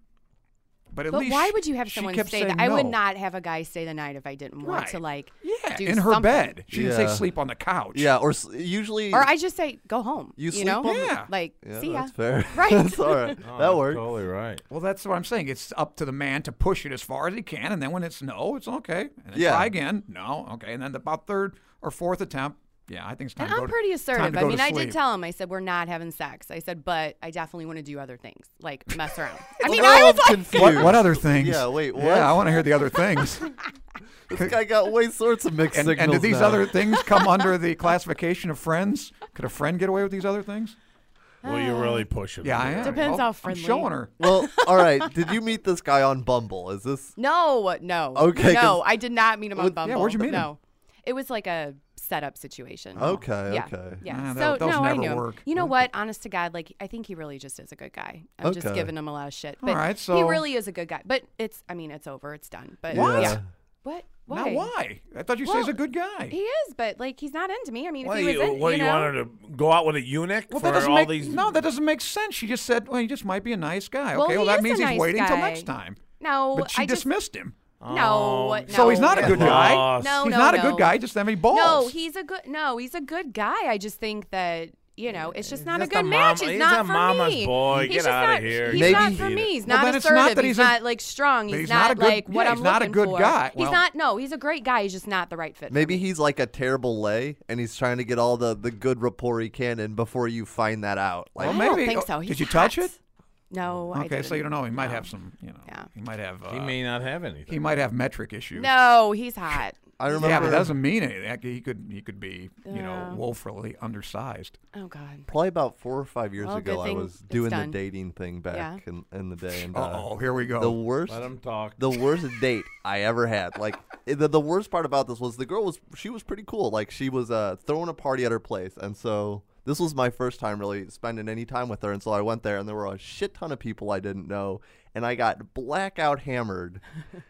Speaker 5: But at
Speaker 4: But
Speaker 5: least
Speaker 4: why
Speaker 5: she-
Speaker 4: would you have
Speaker 5: she
Speaker 4: someone
Speaker 5: kept
Speaker 4: stay?
Speaker 5: saying
Speaker 4: that? I would
Speaker 5: no.
Speaker 4: not have a guy stay the night if I didn't want to
Speaker 5: Right.
Speaker 4: like
Speaker 5: Yeah,
Speaker 4: do
Speaker 5: in her
Speaker 4: something.
Speaker 5: bed. She didn't
Speaker 6: Yeah.
Speaker 5: say sleep on the couch.
Speaker 6: Yeah, or s- usually.
Speaker 4: Or I just say go home.
Speaker 6: You sleep
Speaker 4: know,
Speaker 6: on
Speaker 5: the- Yeah.
Speaker 4: like
Speaker 6: yeah,
Speaker 4: see ya.
Speaker 6: that's fair.
Speaker 4: Right.
Speaker 6: that's all right.
Speaker 5: Oh,
Speaker 6: that works.
Speaker 3: Oh, Totally right.
Speaker 5: Well, that's what I'm saying. It's up to the man to push it as far as he can, and then when it's no, it's okay. And then
Speaker 6: Yeah.
Speaker 5: try again. No, okay. And then about third or fourth attempt, yeah, I think it's time
Speaker 4: And
Speaker 5: to go
Speaker 4: I'm
Speaker 5: to-
Speaker 4: pretty
Speaker 5: time to
Speaker 4: assertive. I
Speaker 5: go
Speaker 4: mean,
Speaker 5: to
Speaker 4: I did
Speaker 5: sleep.
Speaker 4: tell him. I said we're not having sex. I said, but I definitely want to do other things, like mess around. I mean,
Speaker 6: Well,
Speaker 4: I was
Speaker 6: I'm
Speaker 4: like,
Speaker 6: confused.
Speaker 5: What, what other things?
Speaker 6: Yeah, wait, what?
Speaker 5: Yeah, I want to hear the other things.
Speaker 6: This guy got way sorts of mixed
Speaker 5: and,
Speaker 6: signals.
Speaker 5: and do these
Speaker 6: now.
Speaker 5: other things come under the classification of friends? Could a friend get away with these other things?
Speaker 3: Well, you're really pushing.
Speaker 5: Yeah, I
Speaker 3: it.
Speaker 5: am.
Speaker 4: Depends how
Speaker 5: well,
Speaker 4: friendly.
Speaker 5: I'm showing her.
Speaker 6: Well, all right. Did you meet this guy on Bumble? Is this
Speaker 4: no, no,
Speaker 6: Okay, 'cause-
Speaker 4: no. I did not meet him on
Speaker 6: Well, yeah,
Speaker 4: Bumble.
Speaker 5: where'd you meet him?
Speaker 4: No, it was like a setup situation.
Speaker 6: okay?
Speaker 4: Yeah,
Speaker 6: Okay.
Speaker 4: yeah.
Speaker 5: Ah, tho-
Speaker 4: so
Speaker 5: those
Speaker 4: no, I
Speaker 5: never
Speaker 4: knew him.
Speaker 5: work.
Speaker 4: You know what? Honest to God, like I think he really just is a good guy. I'm just
Speaker 6: Okay.
Speaker 4: giving him a lot of shit,
Speaker 5: All
Speaker 4: but
Speaker 5: right,
Speaker 4: he
Speaker 5: so-
Speaker 4: really is a good guy. But it's, I mean, it's over. It's done. But
Speaker 6: What?
Speaker 4: yeah. What? Why?
Speaker 5: Now, why? I thought you said he's
Speaker 4: Well,
Speaker 5: a good guy.
Speaker 4: He is, but like he's not into me. I mean,
Speaker 3: What,
Speaker 4: if he
Speaker 3: you,
Speaker 4: was in,
Speaker 3: what
Speaker 4: you
Speaker 3: you,
Speaker 4: know,
Speaker 3: wanted to go out with a eunuch
Speaker 5: Well,
Speaker 3: for
Speaker 5: that doesn't
Speaker 3: all
Speaker 5: make
Speaker 3: these?
Speaker 5: no. That doesn't make sense. She just said, "Well, he just might be a nice guy." Okay,
Speaker 4: Well,
Speaker 5: well,
Speaker 4: he
Speaker 5: that
Speaker 4: is a
Speaker 5: means he's
Speaker 4: nice
Speaker 5: waiting until
Speaker 4: guy.
Speaker 5: next time.
Speaker 4: No,
Speaker 5: But she
Speaker 4: I just
Speaker 5: dismissed him.
Speaker 4: No, no.
Speaker 5: Oh, So he's not a good guy.
Speaker 3: Lost.
Speaker 4: No,
Speaker 5: he's
Speaker 4: no,
Speaker 5: not a
Speaker 4: no.
Speaker 5: good guy. He just doesn't have any balls.
Speaker 4: No, he's a good. No, he's a good guy. I just think that you know, it's just not a
Speaker 3: just
Speaker 4: good
Speaker 3: a
Speaker 4: match.
Speaker 3: mama-
Speaker 4: It's
Speaker 3: he's
Speaker 4: not
Speaker 3: a
Speaker 4: for
Speaker 3: mama's
Speaker 4: me.
Speaker 3: boy.
Speaker 4: He's
Speaker 3: Get
Speaker 4: just
Speaker 3: outta
Speaker 4: not-
Speaker 3: here.
Speaker 4: He's
Speaker 6: Maybe-
Speaker 4: not for me. He's
Speaker 5: Well,
Speaker 4: not
Speaker 5: then it's not
Speaker 4: assertive.
Speaker 5: that
Speaker 4: he's,
Speaker 5: he's a-
Speaker 4: not like strong. He's,
Speaker 5: he's
Speaker 4: not,
Speaker 5: not a good-
Speaker 4: like what
Speaker 5: yeah,
Speaker 4: I'm
Speaker 5: he's not a
Speaker 4: looking
Speaker 5: good
Speaker 4: for.
Speaker 5: guy.
Speaker 4: He's
Speaker 5: Well-
Speaker 4: not. No, he's a great guy. He's just not the right fit. for
Speaker 6: Maybe
Speaker 4: me.
Speaker 6: he's like a terrible lay, and he's trying to get all the the good rapport he can, and before you find that out, like
Speaker 5: Well,
Speaker 4: I
Speaker 5: maybe.
Speaker 4: don't think
Speaker 5: oh,
Speaker 4: so. He's
Speaker 5: did you
Speaker 4: hot.
Speaker 5: touch it?
Speaker 4: No. I
Speaker 5: Okay, so you
Speaker 4: didn't.
Speaker 5: don't know. He might
Speaker 4: No.
Speaker 5: have some. You know,
Speaker 4: Yeah.
Speaker 5: he might have. Uh,
Speaker 3: He may not have anything.
Speaker 5: he might have metric issues.
Speaker 4: No, he's hot.
Speaker 6: I remember.
Speaker 5: Yeah, but that doesn't mean anything. He could he could be you know
Speaker 4: Yeah.
Speaker 5: woefully undersized.
Speaker 4: Oh God.
Speaker 6: probably about four or five years
Speaker 4: Well,
Speaker 6: ago.
Speaker 4: good
Speaker 6: I
Speaker 4: thing
Speaker 6: was
Speaker 4: it's
Speaker 6: doing the
Speaker 4: done.
Speaker 6: dating thing back in, in the day, and uh,
Speaker 5: Oh, here we go.
Speaker 6: the worst
Speaker 3: Let him talk.
Speaker 6: the worst date I ever had. Like eh, the, the worst part about this was the girl was she was pretty cool. Like she was uh, throwing a party at her place, and so this was my first time really spending any time with her. And so I went there, and there were a shit ton of people I didn't know, and I got blackout hammered.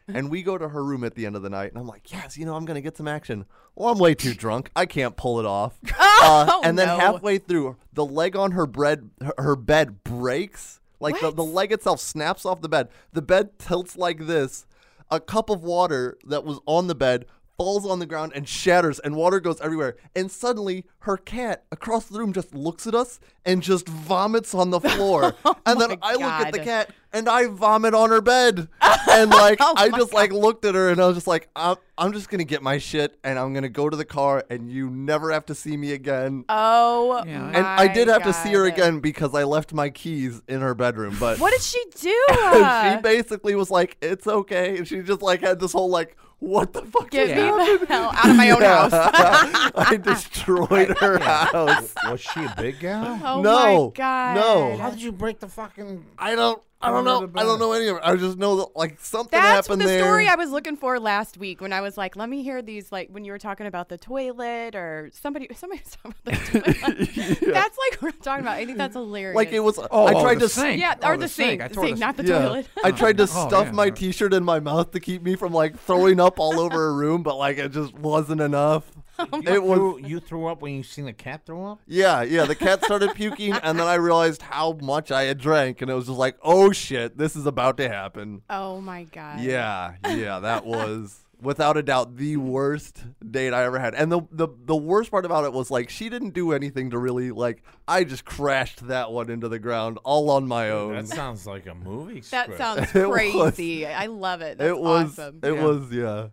Speaker 6: and we go to her room at the end of the night, and I'm like, yes, you know, I'm gonna get some action. Well, I'm way too drunk. I can't pull it off. uh, and then
Speaker 4: no.
Speaker 6: halfway through, the leg on her bread her, her bed breaks. Like the,
Speaker 4: What?
Speaker 6: the leg itself snaps off the bed. The bed tilts like this. A cup of water that was on the bed falls on the ground and shatters, and water goes everywhere. And suddenly, her cat across the room just looks at us and just vomits on the floor. and then I look at the
Speaker 4: Oh God.
Speaker 6: cat, and I vomit on her bed. And like
Speaker 4: Oh
Speaker 6: I just like looked at her and I was just like, I'm, I'm just gonna get my shit and I'm gonna go to the car and you never have to see me again.
Speaker 4: Oh,
Speaker 5: Yeah.
Speaker 4: my
Speaker 6: and I did have to see her
Speaker 4: God.
Speaker 6: again because I left my keys in her bedroom. But
Speaker 4: What did she do?
Speaker 6: she
Speaker 4: uh,
Speaker 6: basically was like, "It's okay," and she just like had this whole like, "What the fuck?"
Speaker 4: Get
Speaker 6: just
Speaker 4: me the hell out of my own
Speaker 6: Yeah.
Speaker 4: house.
Speaker 6: I destroyed her house.
Speaker 3: Was she a big gal?
Speaker 4: Oh
Speaker 6: no,
Speaker 4: my God.
Speaker 6: no,
Speaker 3: How did you break the fucking?
Speaker 6: I don't. I don't know. I don't know any of it. I just know that like something
Speaker 4: That's
Speaker 6: happened
Speaker 4: the
Speaker 6: there.
Speaker 4: story I was looking for last week when I was like, let me hear these, like when you were talking about the toilet or somebody, somebody was talking about the toilet. That's like what I'm talking about. I think that's hilarious.
Speaker 6: like it was.
Speaker 5: Oh,
Speaker 6: I
Speaker 5: oh,
Speaker 6: tried
Speaker 5: the
Speaker 6: to.
Speaker 5: sink.
Speaker 4: Yeah,
Speaker 5: Oh,
Speaker 4: or the, sink.
Speaker 5: I tore
Speaker 4: sink, not the
Speaker 6: yeah.
Speaker 4: toilet.
Speaker 6: I tried to
Speaker 5: Oh,
Speaker 6: stuff
Speaker 5: yeah.
Speaker 6: my T-shirt in my mouth to keep me from like throwing up all over her room, but like it just wasn't enough.
Speaker 3: you
Speaker 6: it was
Speaker 3: threw, you threw up when you seen the cat throw up.
Speaker 6: Yeah, yeah. The cat started puking, and then I realized how much I had drank, and it was just like, oh shit, this is about to happen.
Speaker 4: Oh my God.
Speaker 6: Yeah, yeah. That was without a doubt the worst date I ever had, and the the the worst part about it was like she didn't do anything to really like. I just crashed that one into the ground all on my own.
Speaker 3: That sounds like a movie
Speaker 4: That
Speaker 3: script.
Speaker 4: sounds
Speaker 6: It was-
Speaker 4: crazy. I love it. That's
Speaker 6: it was
Speaker 4: awesome.
Speaker 6: it
Speaker 5: Yeah.
Speaker 6: was yeah.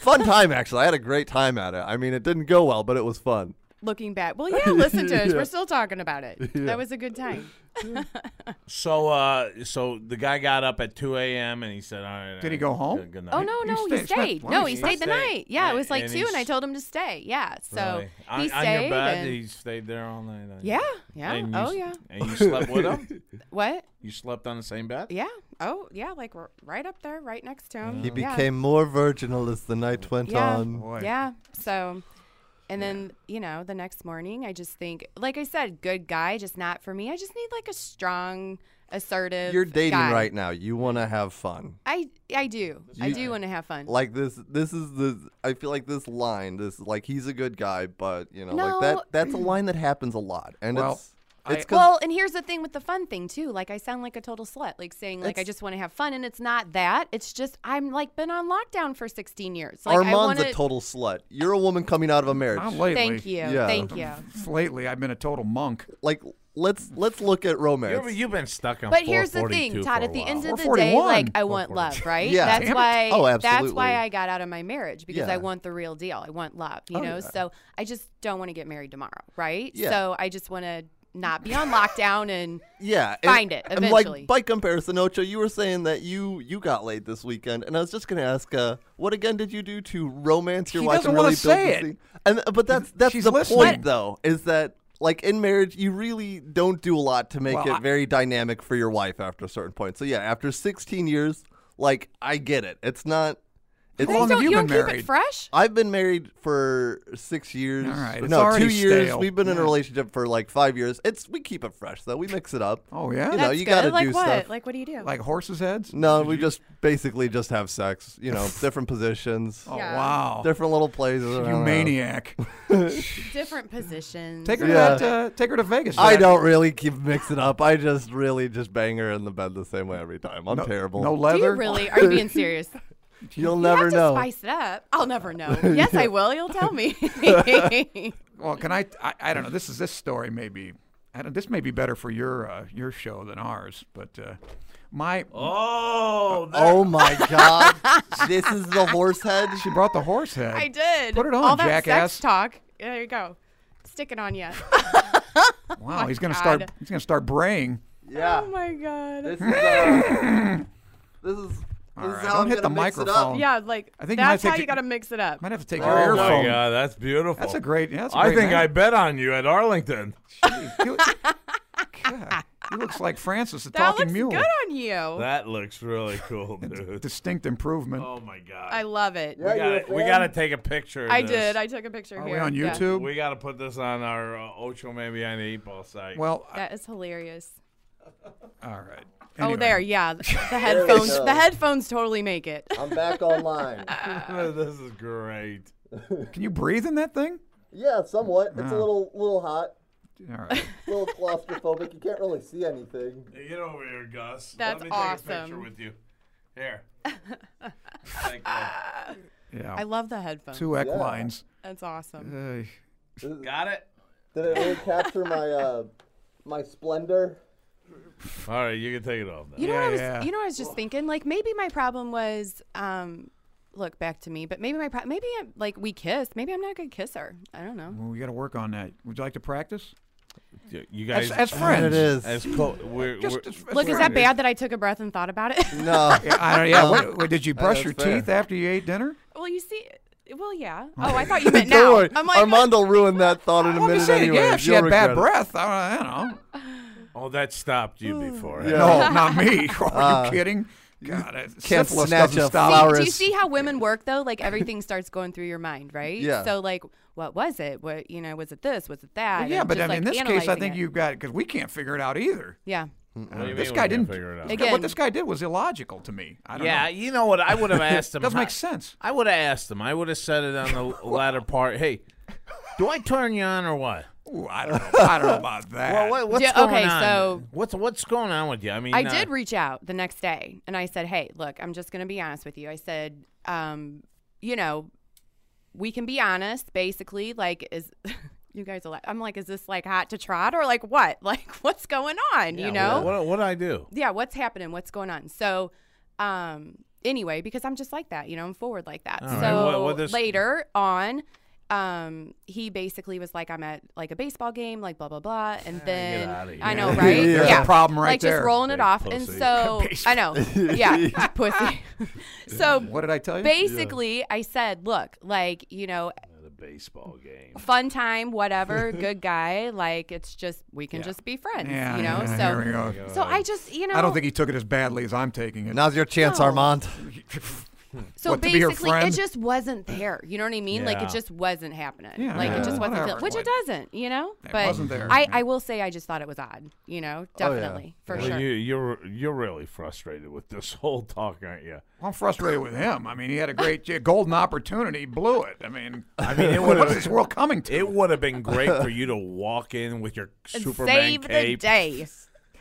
Speaker 6: fun time actually. I had a great time at it. I mean, it didn't go well, but it was fun.
Speaker 4: Looking back, well, yeah, listen to us.
Speaker 6: Yeah.
Speaker 4: We're still talking about it. That was a good time.
Speaker 3: so, uh, so the guy got up at 2 a.m. and he said, "All right."
Speaker 5: Did he
Speaker 3: uh,
Speaker 5: go home?
Speaker 3: Good, good night.
Speaker 4: Oh no,
Speaker 5: You
Speaker 4: no,
Speaker 5: stayed-
Speaker 4: he
Speaker 5: spent
Speaker 4: stayed.
Speaker 5: lunch.
Speaker 4: No, he
Speaker 5: You
Speaker 4: stayed the
Speaker 3: stayed.
Speaker 4: night. Yeah, it
Speaker 3: And-
Speaker 4: was like
Speaker 3: and
Speaker 4: two, and I
Speaker 3: he's-
Speaker 4: told him to stay. Yeah, so
Speaker 3: Really?
Speaker 4: he
Speaker 3: on,
Speaker 4: stayed.
Speaker 3: on your bed,
Speaker 4: and-
Speaker 3: he stayed there all night. uh,
Speaker 4: Yeah, yeah,
Speaker 3: And you
Speaker 4: oh,
Speaker 3: s-
Speaker 4: yeah.
Speaker 3: And you slept with him.
Speaker 4: what?
Speaker 3: You slept on the same bed.
Speaker 4: Yeah. Oh, yeah. Like r- right up there, right next to him.
Speaker 6: He
Speaker 4: Yeah.
Speaker 6: became more virginal as the night went
Speaker 4: Yeah.
Speaker 3: Oh,
Speaker 6: on.
Speaker 5: Boy.
Speaker 4: Yeah. So, and then you know, the next morning, I just think, like I said, good guy, just not for me. I just need like a strong, assertive.
Speaker 6: You're dating
Speaker 4: guy.
Speaker 6: right now. You want to have fun.
Speaker 4: I I do. I do want to have fun.
Speaker 6: Like this this is the I feel like this line this like he's a good guy but you know
Speaker 4: No.
Speaker 6: like that that's a line that happens a lot and
Speaker 5: Well,
Speaker 6: it's it's 'cause-
Speaker 4: Well, and here's the thing with the fun thing too. Like I sound like a total slut, like saying like I
Speaker 6: It's-
Speaker 4: just want to have fun, and it's not that. It's just I'm like been on lockdown for 16 years. Like I
Speaker 6: Armand's
Speaker 4: wanna,
Speaker 6: a total slut. You're a woman coming out of a marriage.
Speaker 5: Not lately.
Speaker 4: Thank you,
Speaker 6: Yeah.
Speaker 4: thank you.
Speaker 5: Lately, I've been a total monk.
Speaker 6: like let's let's look at romance.
Speaker 3: You're, you've been stuck on.
Speaker 4: But here's the
Speaker 3: 442
Speaker 4: thing,
Speaker 3: for
Speaker 4: Todd.
Speaker 3: a
Speaker 4: At the
Speaker 3: while.
Speaker 4: end of the day,
Speaker 5: 441.
Speaker 4: like I want love, right?
Speaker 6: Yeah.
Speaker 4: That's
Speaker 6: Damn it.
Speaker 4: why.
Speaker 6: Oh,
Speaker 4: That's
Speaker 6: absolutely.
Speaker 4: why I got out of my marriage because I
Speaker 6: Yeah.
Speaker 4: want the real deal. I want love, you know. So I just don't want to get married tomorrow, right?
Speaker 6: Yeah.
Speaker 4: So I just want to not be on lockdown and
Speaker 6: yeah,
Speaker 4: find it
Speaker 6: And
Speaker 4: eventually.
Speaker 6: like by comparison, Ocho, you were saying that you you got laid this weekend, and I was just gonna ask, uh, what again did you do to romance your
Speaker 5: He
Speaker 6: wife
Speaker 5: doesn't
Speaker 6: and really
Speaker 5: wanna
Speaker 6: build
Speaker 5: say
Speaker 6: the
Speaker 5: it.
Speaker 6: scene? And uh, but that's that's
Speaker 5: She's
Speaker 6: the
Speaker 5: listening.
Speaker 6: point, though, is that like in marriage, you really don't do a lot to make
Speaker 5: Well,
Speaker 6: it
Speaker 5: I-
Speaker 6: very dynamic for your wife after a certain point. So yeah, after 16 years, like I get it. It's not. It's
Speaker 5: How long have
Speaker 4: don't,
Speaker 5: you
Speaker 4: don't
Speaker 5: been
Speaker 4: keep it
Speaker 5: married?
Speaker 4: fresh.
Speaker 6: I've been married for six years.
Speaker 5: All right, it's
Speaker 6: no,
Speaker 5: already
Speaker 6: two years.
Speaker 5: stale.
Speaker 6: We've been in a
Speaker 5: Yeah.
Speaker 6: relationship for like five years. It's we keep it fresh though. We mix it up.
Speaker 5: Oh, yeah?
Speaker 6: you know
Speaker 4: That's
Speaker 6: you
Speaker 4: good.
Speaker 6: got to
Speaker 4: like
Speaker 6: do
Speaker 4: what?
Speaker 6: stuff.
Speaker 4: Like what do you do?
Speaker 5: Like horses' heads?
Speaker 6: no, we just basically just have sex. You know, different positions,
Speaker 5: Oh,
Speaker 4: Yeah.
Speaker 5: wow.
Speaker 6: different little places. around the
Speaker 5: you
Speaker 6: house.
Speaker 5: maniac.
Speaker 4: different positions.
Speaker 5: Take her,
Speaker 6: Yeah.
Speaker 5: to, that, uh, take her to Vegas. for
Speaker 6: I
Speaker 5: that.
Speaker 6: don't really keep mix it up. I just really just bang her in the bed the same way every time. I'm
Speaker 5: No,
Speaker 6: terrible.
Speaker 5: No
Speaker 4: do
Speaker 5: leather.
Speaker 4: you really? Are you being serious?
Speaker 6: You'll
Speaker 4: You
Speaker 6: never
Speaker 4: have to
Speaker 6: know.
Speaker 4: spice it up. I'll never know. Yes, I will. You'll tell me.
Speaker 5: Well, can I, I? I don't know. This is this story. Maybe I don't. This may be better for your uh, your show than ours. But uh, my
Speaker 3: Oh, that-
Speaker 6: Oh my god! this is the horse head.
Speaker 5: she brought the horse head.
Speaker 4: I did.
Speaker 5: Put it on,
Speaker 4: All that
Speaker 5: jackass.
Speaker 4: sex talk. There you go. Stick it on Oh you.
Speaker 5: Wow, he's gonna
Speaker 4: Oh God.
Speaker 5: start. He's gonna start braying.
Speaker 6: Yeah.
Speaker 4: oh my god.
Speaker 6: This is, uh, this is, this
Speaker 5: All
Speaker 6: is
Speaker 5: right,
Speaker 6: how
Speaker 5: don't
Speaker 6: I'm
Speaker 5: hit the
Speaker 6: gonna mix it up.
Speaker 5: microphone.
Speaker 4: Yeah, like
Speaker 5: I think you might
Speaker 4: that's how
Speaker 5: take
Speaker 4: you
Speaker 5: it-
Speaker 4: got to mix it up.
Speaker 5: Might have to take your
Speaker 3: oh my
Speaker 5: earphone.
Speaker 3: God, that's beautiful.
Speaker 5: That's a great. Yeah, that's a
Speaker 3: I
Speaker 5: great
Speaker 3: think I
Speaker 5: name.
Speaker 3: bet on you at Arlington.
Speaker 5: You, God, he looks like Francis the
Speaker 4: That
Speaker 5: talking
Speaker 4: looks
Speaker 5: mule.
Speaker 4: good on you.
Speaker 3: That looks really cool, dude.
Speaker 5: Distinct improvement.
Speaker 3: Oh my god.
Speaker 4: I love it.
Speaker 3: we, gotta, we gotta take a picture. Of
Speaker 4: I
Speaker 3: this.
Speaker 4: did. I took a picture
Speaker 5: Are
Speaker 4: here.
Speaker 5: we on
Speaker 4: Yeah.
Speaker 5: YouTube?
Speaker 3: we gotta put this on our uh, Ocho Man Behind the Eight Ball site.
Speaker 5: Well, I-
Speaker 4: That is hilarious.
Speaker 5: all right.
Speaker 4: Oh,
Speaker 5: Anyway.
Speaker 4: there. Yeah, th- the headphones.
Speaker 6: go.
Speaker 4: the headphones totally make it.
Speaker 6: I'm back online.
Speaker 3: this is great.
Speaker 5: Can you breathe in that thing?
Speaker 6: yeah, somewhat. It's a little little hot,
Speaker 5: All right.
Speaker 6: a little claustrophobic. You can't really see anything.
Speaker 3: Get over here, Gus.
Speaker 4: That's
Speaker 3: Let me Take a picture
Speaker 4: awesome.
Speaker 3: with you. Here. Thank you.
Speaker 5: Yeah.
Speaker 4: I love the headphones.
Speaker 5: Two equines.
Speaker 4: That's awesome.
Speaker 5: Ay.
Speaker 3: Got it.
Speaker 6: Did it really capture my uh my splendor?
Speaker 3: All right, you can take it off now.
Speaker 4: You know what I was
Speaker 5: yeah.
Speaker 4: you know what I was just thinking like maybe my problem was um look back to me but maybe my pro- maybe I'm, like we kissed maybe I'm not a good kisser I don't know
Speaker 5: Well, we got to work on that. Would you like to practice?
Speaker 3: You- You
Speaker 5: As,
Speaker 3: guys,
Speaker 5: as
Speaker 6: It
Speaker 5: friends.
Speaker 6: is.
Speaker 3: as co- we're,
Speaker 5: Just,
Speaker 3: we're,
Speaker 5: as- as
Speaker 4: look is that
Speaker 5: friends.
Speaker 4: bad that I took a breath and thought about it
Speaker 6: no.
Speaker 5: Yeah, I don't, yeah. What, what, did you brush
Speaker 6: that's
Speaker 5: your
Speaker 6: fair.
Speaker 5: teeth after you ate dinner?
Speaker 4: well you see well yeah oh I thought you meant
Speaker 6: Don't
Speaker 4: now
Speaker 6: worry.
Speaker 4: I'm like
Speaker 6: Armando ruined that thought in a
Speaker 5: Well, I'm
Speaker 6: minute
Speaker 5: just saying,
Speaker 6: anyway.
Speaker 5: yeah, if she
Speaker 6: You'll
Speaker 5: had bad
Speaker 6: regret it.
Speaker 5: breath, I don't, I don't know.
Speaker 3: oh, that stopped you
Speaker 5: Mm.
Speaker 3: before. huh?
Speaker 6: Yeah.
Speaker 5: No, not me. Are you kidding? God, it-
Speaker 6: can't
Speaker 5: syphilis
Speaker 6: snatch
Speaker 5: doesn't
Speaker 6: a
Speaker 5: stop.
Speaker 6: flower
Speaker 4: Do you
Speaker 6: Is-
Speaker 4: see how women work though? Like everything starts going through your mind, right?
Speaker 6: Yeah.
Speaker 4: So like, what was it? What you know? Was it this? Was it that?
Speaker 5: Well, yeah,
Speaker 4: And
Speaker 5: but
Speaker 4: just,
Speaker 5: I mean, in
Speaker 4: like,
Speaker 5: this case, I
Speaker 4: analyzing
Speaker 5: think
Speaker 4: it.
Speaker 5: you've got because we can't figure it out either.
Speaker 4: Yeah.
Speaker 3: What do you
Speaker 5: This
Speaker 3: mean we
Speaker 5: guy
Speaker 3: can't
Speaker 5: didn't-
Speaker 3: figure it out.
Speaker 5: This guy-
Speaker 4: Again-
Speaker 5: what this guy did was illogical to me. I don't
Speaker 3: yeah,
Speaker 5: know.
Speaker 3: you know what? I would have asked him.
Speaker 5: Doesn't
Speaker 3: how-
Speaker 5: make sense.
Speaker 3: I would have asked him. I would have said it on the latter part. Hey, do I turn you on or what?
Speaker 5: Ooh, I don't know. I don't know about that.
Speaker 3: Well, what, what's
Speaker 4: Yeah,
Speaker 3: going
Speaker 4: okay,
Speaker 3: on?
Speaker 4: so-
Speaker 3: what's what's going on with you? I mean,
Speaker 4: I
Speaker 3: uh,
Speaker 4: did reach out the next day and I said, hey, look, I'm just gonna be honest with you. I said, um, you know, we can be honest, basically. Like, is you guys are like, I'm like, is this like hot to trot or like what? Like, what's going on?
Speaker 3: yeah,
Speaker 4: you know?
Speaker 3: what what do I do?
Speaker 4: yeah, what's happening? What's going on? So, um, anyway, because I'm just like that, you know, I'm forward like that.
Speaker 3: All
Speaker 4: so
Speaker 3: right, well- well, this-
Speaker 4: later on, um, he basically was like, I'm at like a baseball game, like blah blah blah, and then
Speaker 3: outta here.
Speaker 4: I know, right?
Speaker 5: There's a problem right
Speaker 4: like
Speaker 5: there.
Speaker 4: just rolling it
Speaker 3: Big
Speaker 4: off, and
Speaker 3: pussy.
Speaker 4: so I know, yeah, pussy. so
Speaker 5: what did I tell you?
Speaker 4: basically, I said, look, like you know,
Speaker 3: The baseball game.
Speaker 4: fun time, whatever, good guy. Like it's just we can just be friends,
Speaker 5: yeah,
Speaker 4: you know.
Speaker 5: yeah,
Speaker 4: so.
Speaker 5: here we go.
Speaker 4: So I just, you know,
Speaker 5: I don't think he took it as badly as I'm taking it.
Speaker 6: Now's your chance,
Speaker 4: No.
Speaker 6: Armand.
Speaker 4: So
Speaker 5: What, to be
Speaker 4: basically,
Speaker 5: her friend?
Speaker 4: it just wasn't there. You know what I mean? Like
Speaker 3: Yeah.
Speaker 4: it just wasn't happening.
Speaker 5: Yeah,
Speaker 4: like
Speaker 5: yeah.
Speaker 4: it just wasn't,
Speaker 5: Whatever.
Speaker 4: feel- which it
Speaker 5: Like-
Speaker 4: doesn't. You know,
Speaker 5: It
Speaker 4: but
Speaker 5: wasn't there. Oh,
Speaker 4: I, I will say I just thought it was odd. You know, definitely for
Speaker 3: Well,
Speaker 4: sure.
Speaker 3: you, you're you're really frustrated with this whole talk, aren't you?
Speaker 5: I'm frustrated with him. I mean, he had a great a golden opportunity, blew it. I mean, I
Speaker 3: mean, it
Speaker 5: what
Speaker 3: would've-
Speaker 5: is this world coming to?
Speaker 3: It would have been great for you to walk in with your Superman
Speaker 4: Save the
Speaker 3: cape
Speaker 4: day.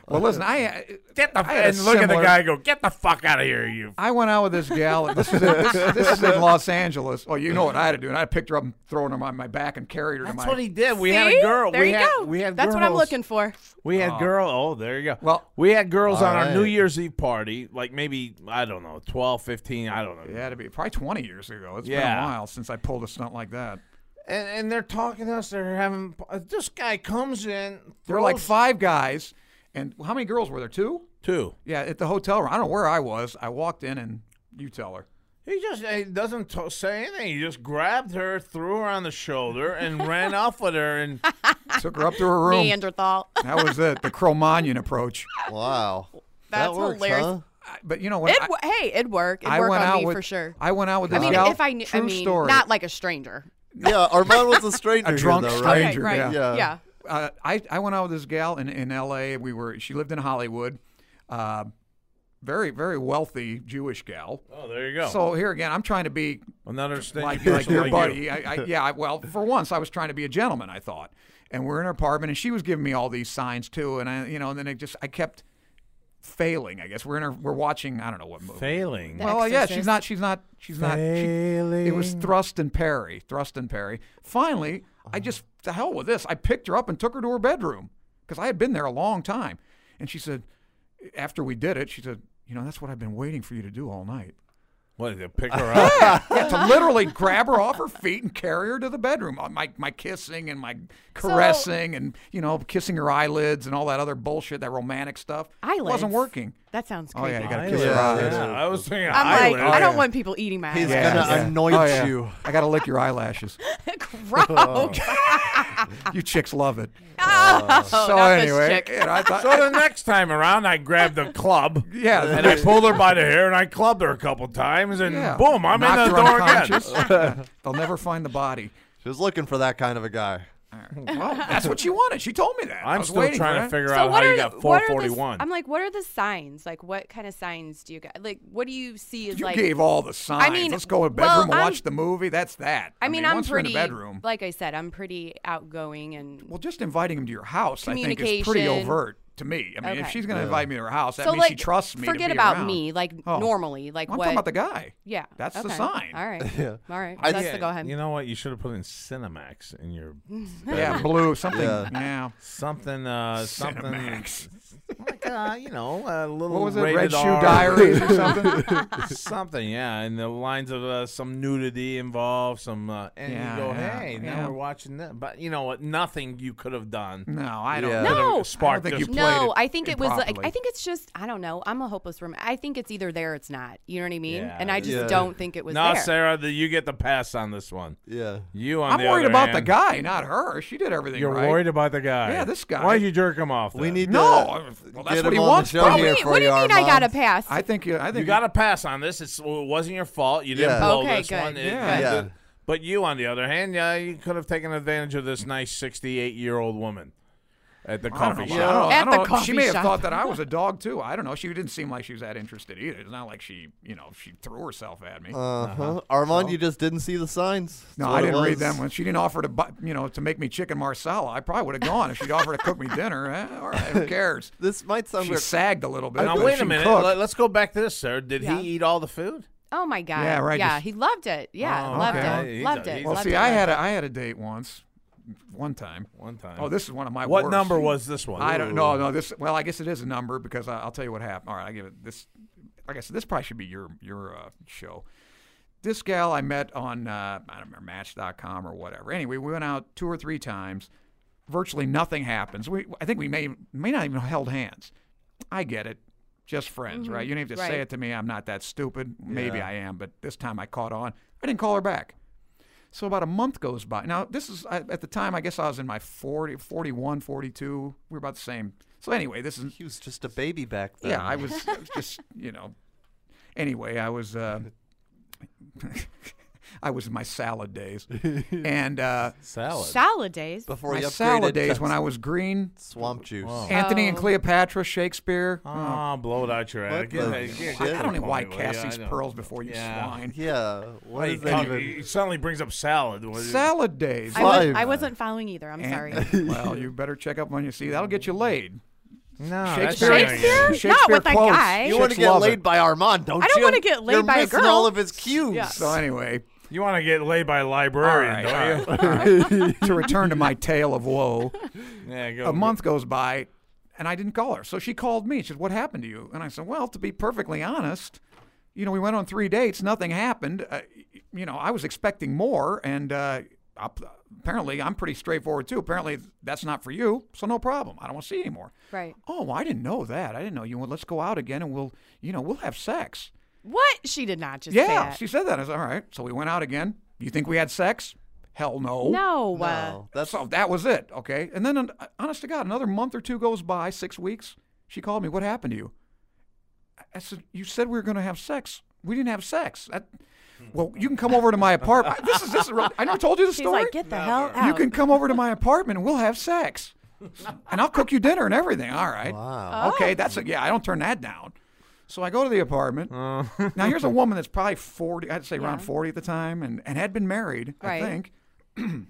Speaker 5: well, listen, I uh,
Speaker 3: Get the
Speaker 5: I had a
Speaker 3: and look at the
Speaker 5: similar-
Speaker 3: guy. and Go get the fuck out of here, you.
Speaker 5: I went out with this gal. This is in, this, this is in Los Angeles. Oh, you know what I had to do? And I picked her up and thrown her on my back and carried her to my.
Speaker 3: did. We
Speaker 4: See? There you go. That's what I'm looking for.
Speaker 3: We had girl. Oh, there you go.
Speaker 5: Well-
Speaker 3: we had girls on our New
Speaker 6: Alright.
Speaker 3: Year's Eve party, like maybe I don't know, 12, 15, I don't know.
Speaker 5: It had to be probably 20 years ago. It's been
Speaker 3: Yeah.
Speaker 5: a while since I pulled a stunt like that.
Speaker 3: And, and they're talking to us. They're having. uh, This guy comes in.
Speaker 5: There were like
Speaker 3: throws-
Speaker 5: five guys, and how many girls were there? Two?
Speaker 3: two.
Speaker 5: Yeah, at the hotel room. I don't know where I was. I walked in, and you tell her.
Speaker 3: He just he doesn't t- say anything. He just grabbed her, threw her on the shoulder, and ran off with her. And
Speaker 5: Took her up to her room.
Speaker 4: Neanderthal.
Speaker 5: That was it. The Cro-Magnon approach.
Speaker 6: Wow.
Speaker 4: That's
Speaker 6: that works,
Speaker 4: hilarious.
Speaker 6: Huh?
Speaker 5: I- But you know what?
Speaker 4: It,
Speaker 5: I,
Speaker 4: wo- hey, it worked. It
Speaker 5: I
Speaker 4: worked
Speaker 5: went
Speaker 4: on
Speaker 5: out
Speaker 4: me
Speaker 5: with
Speaker 4: for sure.
Speaker 5: I went out with
Speaker 4: I
Speaker 5: this
Speaker 4: mean,
Speaker 5: gal.
Speaker 4: if I knew,
Speaker 5: true
Speaker 4: I mean,
Speaker 5: story.
Speaker 4: not like a stranger.
Speaker 6: Yeah, Armand was a stranger.
Speaker 5: a drunk
Speaker 6: here, though, right?
Speaker 5: stranger.
Speaker 4: right,
Speaker 5: yeah.
Speaker 4: right. Yeah. yeah.
Speaker 5: uh, I, I went out with this gal in, in L.A. We were she lived in Hollywood, uh, very very wealthy Jewish gal.
Speaker 3: oh, there you go.
Speaker 5: So here again, I'm trying to be
Speaker 3: Another thing,
Speaker 5: like,
Speaker 3: you
Speaker 5: like
Speaker 3: do,
Speaker 5: your
Speaker 3: you.
Speaker 5: buddy. I, I, yeah, I, well, for once, I was trying to be a gentleman. I thought, and we're in her apartment, and she was giving me all these signs too, and I, you know, and then it just I kept failing. I guess we're in her, we're watching. I don't know what movie.
Speaker 3: Failing.
Speaker 4: The
Speaker 5: well, yeah,
Speaker 4: Exorcist.
Speaker 5: she's not. She's not. She's not. She, it was Thrust and Perry. Thrust and Perry. Finally,
Speaker 6: Oh.
Speaker 5: I just the hell with this. I picked her up and took her to her bedroom because I had been there a long time, and she said, after we did it, she said, you know, that's what I've been waiting for you to do all night.
Speaker 3: What? They pick her up.
Speaker 5: Yeah, to literally grab her off her feet and carry her to the bedroom. Uh, My my kissing and my caressing and you know kissing her eyelids and all that other bullshit, that romantic stuff. It wasn't
Speaker 4: Eyelids?
Speaker 5: working.
Speaker 4: That sounds
Speaker 5: Oh
Speaker 4: creepy.
Speaker 5: yeah, you Oh, gotta
Speaker 3: Eyelids.
Speaker 5: kiss her
Speaker 6: Yeah.
Speaker 5: eyelids.
Speaker 3: Yeah, I was thinking.
Speaker 4: I'm like,
Speaker 3: eyelids.
Speaker 4: I don't want people eating my
Speaker 6: He's
Speaker 4: eyes.
Speaker 6: gonna anoint
Speaker 5: Oh, yeah.
Speaker 6: you.
Speaker 5: I gotta lick your eyelashes. Oh,
Speaker 4: Gross.
Speaker 5: You chicks love it.
Speaker 4: Oh,
Speaker 5: Uh, so
Speaker 4: not this
Speaker 5: anyway,
Speaker 4: chick.
Speaker 5: and I thought,
Speaker 3: So the next time around, I grabbed the club.
Speaker 5: Yeah,
Speaker 3: And I pulled her by the hair and I clubbed her a couple times and
Speaker 5: yeah.
Speaker 3: boom, I'm
Speaker 5: Knocked
Speaker 3: in the
Speaker 5: her
Speaker 3: door again.
Speaker 5: unconscious. They'll never find the body.
Speaker 6: She was looking for that kind of a guy.
Speaker 5: Well, that's what she wanted. She told me that. I
Speaker 3: I'm
Speaker 5: was
Speaker 3: still
Speaker 5: waiting for
Speaker 3: trying to
Speaker 5: that.
Speaker 3: figure
Speaker 4: so
Speaker 3: out how
Speaker 4: what
Speaker 3: you
Speaker 4: are,
Speaker 3: got
Speaker 4: what are the,
Speaker 3: 441.
Speaker 4: I'm like, what are the signs? Like, what kind of signs do you got? Like, what do you see as
Speaker 5: You
Speaker 4: like?
Speaker 5: gave all the signs.
Speaker 4: mean,
Speaker 5: Let's go to the
Speaker 4: well,
Speaker 5: bedroom and
Speaker 4: I'm-
Speaker 5: watch the movie. That's that.
Speaker 4: I mean, I'm
Speaker 5: once
Speaker 4: pretty.
Speaker 5: You're in the bedroom.
Speaker 4: Like I said, I'm pretty outgoing and.
Speaker 5: Well, just inviting him to your house, I think, is pretty
Speaker 4: Communication.
Speaker 5: overt to me. I mean, if
Speaker 4: Okay.
Speaker 5: she's going to invite me to her house, that
Speaker 4: so
Speaker 5: means
Speaker 4: like,
Speaker 5: she trusts me. to
Speaker 4: Forget
Speaker 5: be
Speaker 4: about
Speaker 5: around.
Speaker 4: me, like
Speaker 5: Oh.
Speaker 4: normally, like
Speaker 5: I'm
Speaker 4: what?
Speaker 5: talking about the guy.
Speaker 4: yeah,
Speaker 5: That's the
Speaker 4: okay.
Speaker 5: sign.
Speaker 4: All right, all right.
Speaker 6: I-
Speaker 4: That's the go ahead.
Speaker 3: You know what? You should have put in Cinemax in your
Speaker 5: Yeah, blue something.
Speaker 6: Yeah.
Speaker 5: Yeah.
Speaker 3: something uh something
Speaker 5: Cinemax.
Speaker 3: like uh, you know, a little
Speaker 5: What was it?
Speaker 3: rated
Speaker 5: Red Shoe
Speaker 3: R.
Speaker 5: Diaries or something?
Speaker 3: something, yeah, and the lines of uh, some nudity involved, some, uh, and
Speaker 5: Yeah,
Speaker 3: you go,
Speaker 5: yeah,
Speaker 3: hey, now
Speaker 5: yeah.
Speaker 3: we're watching that, but you know what? Nothing you could have done.
Speaker 5: No, I don't.
Speaker 6: Yeah.
Speaker 5: know.
Speaker 3: Could've
Speaker 4: No.
Speaker 3: sparked
Speaker 5: I don't
Speaker 3: this
Speaker 5: think you played
Speaker 4: No,
Speaker 5: it
Speaker 4: I think it was like
Speaker 5: improperly.
Speaker 4: I think it's just I don't know. I'm a hopeless romantic. I think it's either there or it's not. You know what I mean?
Speaker 3: Yeah.
Speaker 4: and I just
Speaker 6: Yeah.
Speaker 4: don't think it was
Speaker 3: No,
Speaker 4: there.
Speaker 3: Sarah, the, you get the pass on this one.
Speaker 6: Yeah.
Speaker 3: You on
Speaker 5: I'm
Speaker 3: the
Speaker 5: worried
Speaker 3: other
Speaker 5: about the
Speaker 3: hand-
Speaker 5: guy, not her. She did everything
Speaker 3: You're
Speaker 5: right.
Speaker 3: worried about the guy.
Speaker 5: Yeah, this guy.
Speaker 3: Why'd you jerk him off?
Speaker 6: We
Speaker 3: then?
Speaker 6: need
Speaker 5: No,
Speaker 6: to
Speaker 5: I- well,
Speaker 6: get
Speaker 5: that's what
Speaker 6: him
Speaker 5: he
Speaker 6: on
Speaker 5: wants,
Speaker 6: The show
Speaker 4: What do you
Speaker 6: here
Speaker 4: mean,
Speaker 6: for
Speaker 4: Oh, what do you
Speaker 6: you,
Speaker 4: mean I got a
Speaker 6: Armand.
Speaker 4: pass?
Speaker 5: I think you. I think
Speaker 3: You got a pass on this. It's, well, it wasn't your fault. You didn't
Speaker 6: Yeah.
Speaker 3: blow
Speaker 4: Okay,
Speaker 3: this
Speaker 4: good,
Speaker 3: one. It-
Speaker 5: Yeah.
Speaker 6: good. Yeah.
Speaker 3: But you, on the other hand, yeah, you could have taken advantage of this nice 68 year old woman at the
Speaker 5: I don't
Speaker 3: coffee
Speaker 5: know.
Speaker 3: shop.
Speaker 5: I don't know.
Speaker 4: At
Speaker 5: I don't
Speaker 4: the
Speaker 5: know. She
Speaker 4: coffee
Speaker 5: may have
Speaker 4: shop.
Speaker 5: thought that I was a dog too. I don't know. She didn't seem like she was that interested either. It's not like she, you know, she threw herself at me.
Speaker 6: Uh-huh. Armand, you just didn't see the signs. That's
Speaker 5: no,
Speaker 6: what
Speaker 5: I
Speaker 6: it
Speaker 5: didn't read
Speaker 6: was.
Speaker 5: them. When she didn't offer to, buy, you know, to make me chicken marsala, I probably would have gone. If she'd offered to cook me dinner, eh, all right, who cares?
Speaker 6: This might sound
Speaker 5: She
Speaker 6: weird.
Speaker 5: sagged a little bit.
Speaker 3: Now
Speaker 5: but
Speaker 3: wait
Speaker 5: she
Speaker 3: a minute.
Speaker 5: cooked.
Speaker 3: Let, us go back to this, sir. Did
Speaker 4: Yeah.
Speaker 3: he eat all the food?
Speaker 4: Oh my god.
Speaker 5: Yeah, right,
Speaker 4: Yeah,
Speaker 5: just-
Speaker 4: he loved it. Yeah,
Speaker 3: Oh,
Speaker 4: loved
Speaker 3: okay.
Speaker 4: it.
Speaker 3: He's a-
Speaker 4: loved it.
Speaker 3: he's a-
Speaker 5: well,
Speaker 4: loved
Speaker 5: see,
Speaker 4: it.
Speaker 5: I had a, I had a date once, one time.
Speaker 3: One time.
Speaker 5: Oh, this is one of my.
Speaker 3: what
Speaker 5: worst.
Speaker 3: number was this one?
Speaker 5: I don't know. No, this. Well, I guess it is a number because I, I'll tell you what happened. All right, I give it this. Like I said, this probably should be your your uh, show. This gal I met on uh, I don't remember Match.com or whatever. Anyway, we went out two or three times. Virtually nothing happens. We I think we may may not even have held hands. I get it. Just friends, right? You don't have to say
Speaker 4: right.
Speaker 5: it to me. I'm not that stupid. Maybe I am, but this time I caught on. I didn't call her back. So about a month goes by. Now, this is I, at the time, I guess I was in my 40, 41, 42. We were about the same. So anyway, this is,
Speaker 6: He was just a baby back then.
Speaker 5: yeah, I was, I was just, you know. Anyway, I was, uh, I was in my salad days. And uh,
Speaker 3: Salad.
Speaker 4: salad days.
Speaker 6: Before
Speaker 5: my
Speaker 6: you upgraded
Speaker 5: salad days
Speaker 6: just
Speaker 5: when I was green,
Speaker 6: swamp juice.
Speaker 5: Anthony and
Speaker 4: Oh.
Speaker 5: Cleopatra, Shakespeare.
Speaker 3: Oh, blow it out your ass.
Speaker 6: What
Speaker 3: Get
Speaker 6: the
Speaker 3: that- get-
Speaker 6: shit?
Speaker 3: get
Speaker 5: I don't
Speaker 3: the
Speaker 5: know why
Speaker 3: point, will ya?
Speaker 5: Cassie's
Speaker 3: I don't-
Speaker 5: pearls before you
Speaker 3: Yeah.
Speaker 5: swine.
Speaker 6: Yeah. What
Speaker 3: He,
Speaker 6: is that
Speaker 3: come-
Speaker 6: even?
Speaker 3: he suddenly brings up salad. What is-
Speaker 5: Salad days.
Speaker 4: I, was,
Speaker 6: Five.
Speaker 4: I wasn't following either. I'm sorry.
Speaker 5: And- well, you better check up when you see. That'll get you laid.
Speaker 3: No, that's
Speaker 5: Shakespeare?
Speaker 3: not-
Speaker 4: Shakespeare?
Speaker 5: Shakespeare
Speaker 4: Not with that
Speaker 5: quotes.
Speaker 4: guy.
Speaker 6: You want to
Speaker 5: Chicks
Speaker 6: get
Speaker 5: love
Speaker 6: laid
Speaker 5: it.
Speaker 6: by Armand, don't you?
Speaker 4: I don't wanna get laid
Speaker 6: You're
Speaker 4: by a
Speaker 6: missing
Speaker 4: girl.
Speaker 6: all of his cues.
Speaker 4: Yeah.
Speaker 5: So anyway,
Speaker 3: You want to get laid by a librarian,
Speaker 5: All right,
Speaker 3: don't
Speaker 5: to return to my tale of woe,
Speaker 3: you? Yeah, go.
Speaker 5: a month goes by and I didn't call her. So she called me. She said, What happened to you? And I said, Well, to be perfectly honest, you know, we went on three dates, nothing happened. Uh, you know, I was expecting more. And uh, ap- apparently, I'm pretty straightforward too. Apparently, that's not for you. So no problem. I don't want to see you anymore.
Speaker 4: Right.
Speaker 5: Oh, I didn't know that. I didn't know you. Well, let's go out again and we'll, you know, we'll have sex.
Speaker 4: What? She did not just say
Speaker 5: yeah.
Speaker 4: that.
Speaker 5: She said that. I said, All right. So we went out again. You think we had sex? Hell no.
Speaker 4: no. Uh,
Speaker 6: No, that's
Speaker 5: So that was it. Okay. And then, uh, honest to God, another month or two goes by, six weeks. She called me, What happened to you? I- I said, You said we were going to have sex. We didn't have sex. That, well, you can come over to my apartment. This is, this is real. I never told you the
Speaker 4: she's
Speaker 5: story.
Speaker 4: like, get the hell out.
Speaker 5: you can come over to my apartment and we'll have sex. And I'll cook you dinner and everything. All right.
Speaker 6: wow.
Speaker 4: Oh.
Speaker 5: Okay. That's a, yeah, I don't turn that down. So I go to the apartment. now, here's a woman that's probably 40, I'd say around
Speaker 4: Yeah.
Speaker 5: 40 at the time, and, and had been married,
Speaker 4: Right.
Speaker 5: I think.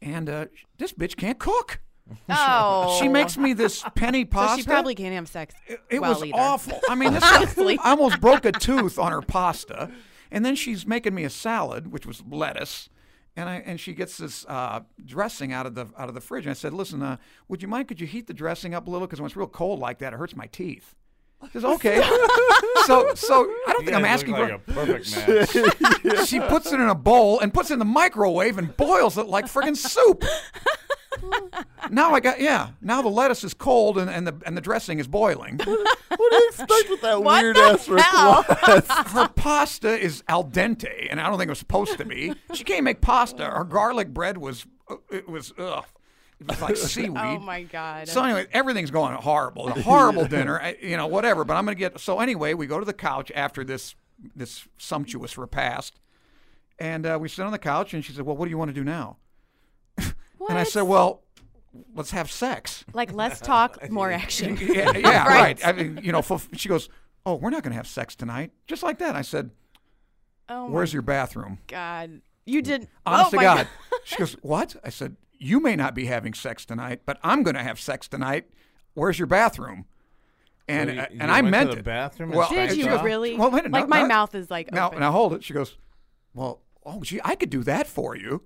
Speaker 5: and uh, sh- this bitch can't cook.
Speaker 4: Oh.
Speaker 5: She makes me this penny
Speaker 4: So
Speaker 5: pasta.
Speaker 4: she probably can't have sex.
Speaker 5: it, it
Speaker 4: well
Speaker 5: was
Speaker 4: either.
Speaker 5: awful. I mean, this
Speaker 4: Honestly.
Speaker 5: I almost broke a tooth on her pasta. And then she's making me a salad, which was lettuce. And I and she gets this uh, dressing out of the out of the fridge. And I said, "Listen, uh, would you mind? Could you heat the dressing up a little? Because when it's real cold like that, it hurts my teeth." She says, "Okay." so so I don't
Speaker 3: You
Speaker 5: think I'm
Speaker 3: guys
Speaker 5: asking
Speaker 3: look
Speaker 5: for
Speaker 3: like a perfect match.
Speaker 5: she puts it in a bowl and puts it in the microwave and boils it like friggin' soup. now I got yeah. Now the lettuce is cold and, and the and the dressing is boiling.
Speaker 6: What do you expect with that
Speaker 4: What
Speaker 6: weird
Speaker 4: the
Speaker 6: ass
Speaker 4: hell?
Speaker 6: request?
Speaker 5: Her pasta is al dente, and I don't think it was supposed to be. She can't make pasta. Her garlic bread was uh, it was ugh. It was like seaweed.
Speaker 4: Oh my god.
Speaker 5: So anyway, everything's going horrible. A horrible dinner, I- you know, whatever. But I'm gonna get. So anyway, we go to the couch after this this sumptuous repast, and uh, we sit on the couch. And she said, "Well, what do you want to do now?"
Speaker 4: what?
Speaker 5: And I said, "Well, let's have sex."
Speaker 4: like less talk, more action.
Speaker 5: yeah, yeah,
Speaker 4: Right.
Speaker 5: right. I mean, you know, fulf- she goes, "Oh, we're not gonna have sex tonight." Just like that. I said,
Speaker 4: Oh my
Speaker 5: "Where's your bathroom?"
Speaker 4: god. You didn't.
Speaker 5: Honest
Speaker 4: oh
Speaker 5: to
Speaker 4: my
Speaker 5: God. She goes, What? I said, You may not be having sex tonight, but I'm going to have sex tonight. Where's your bathroom? And,
Speaker 3: So you-
Speaker 5: uh,
Speaker 3: you
Speaker 5: and I
Speaker 3: went to
Speaker 5: meant
Speaker 3: the
Speaker 5: it.
Speaker 3: bathroom and
Speaker 5: Well,
Speaker 4: Did
Speaker 5: I-
Speaker 4: you
Speaker 5: uh,
Speaker 4: really?
Speaker 5: Well, wait a minute,
Speaker 4: Like,
Speaker 5: no,
Speaker 4: my
Speaker 5: no,
Speaker 4: mouth is, like,
Speaker 5: now.
Speaker 4: open.
Speaker 5: Now hold it. She goes, Well, oh gee, I could do that for you.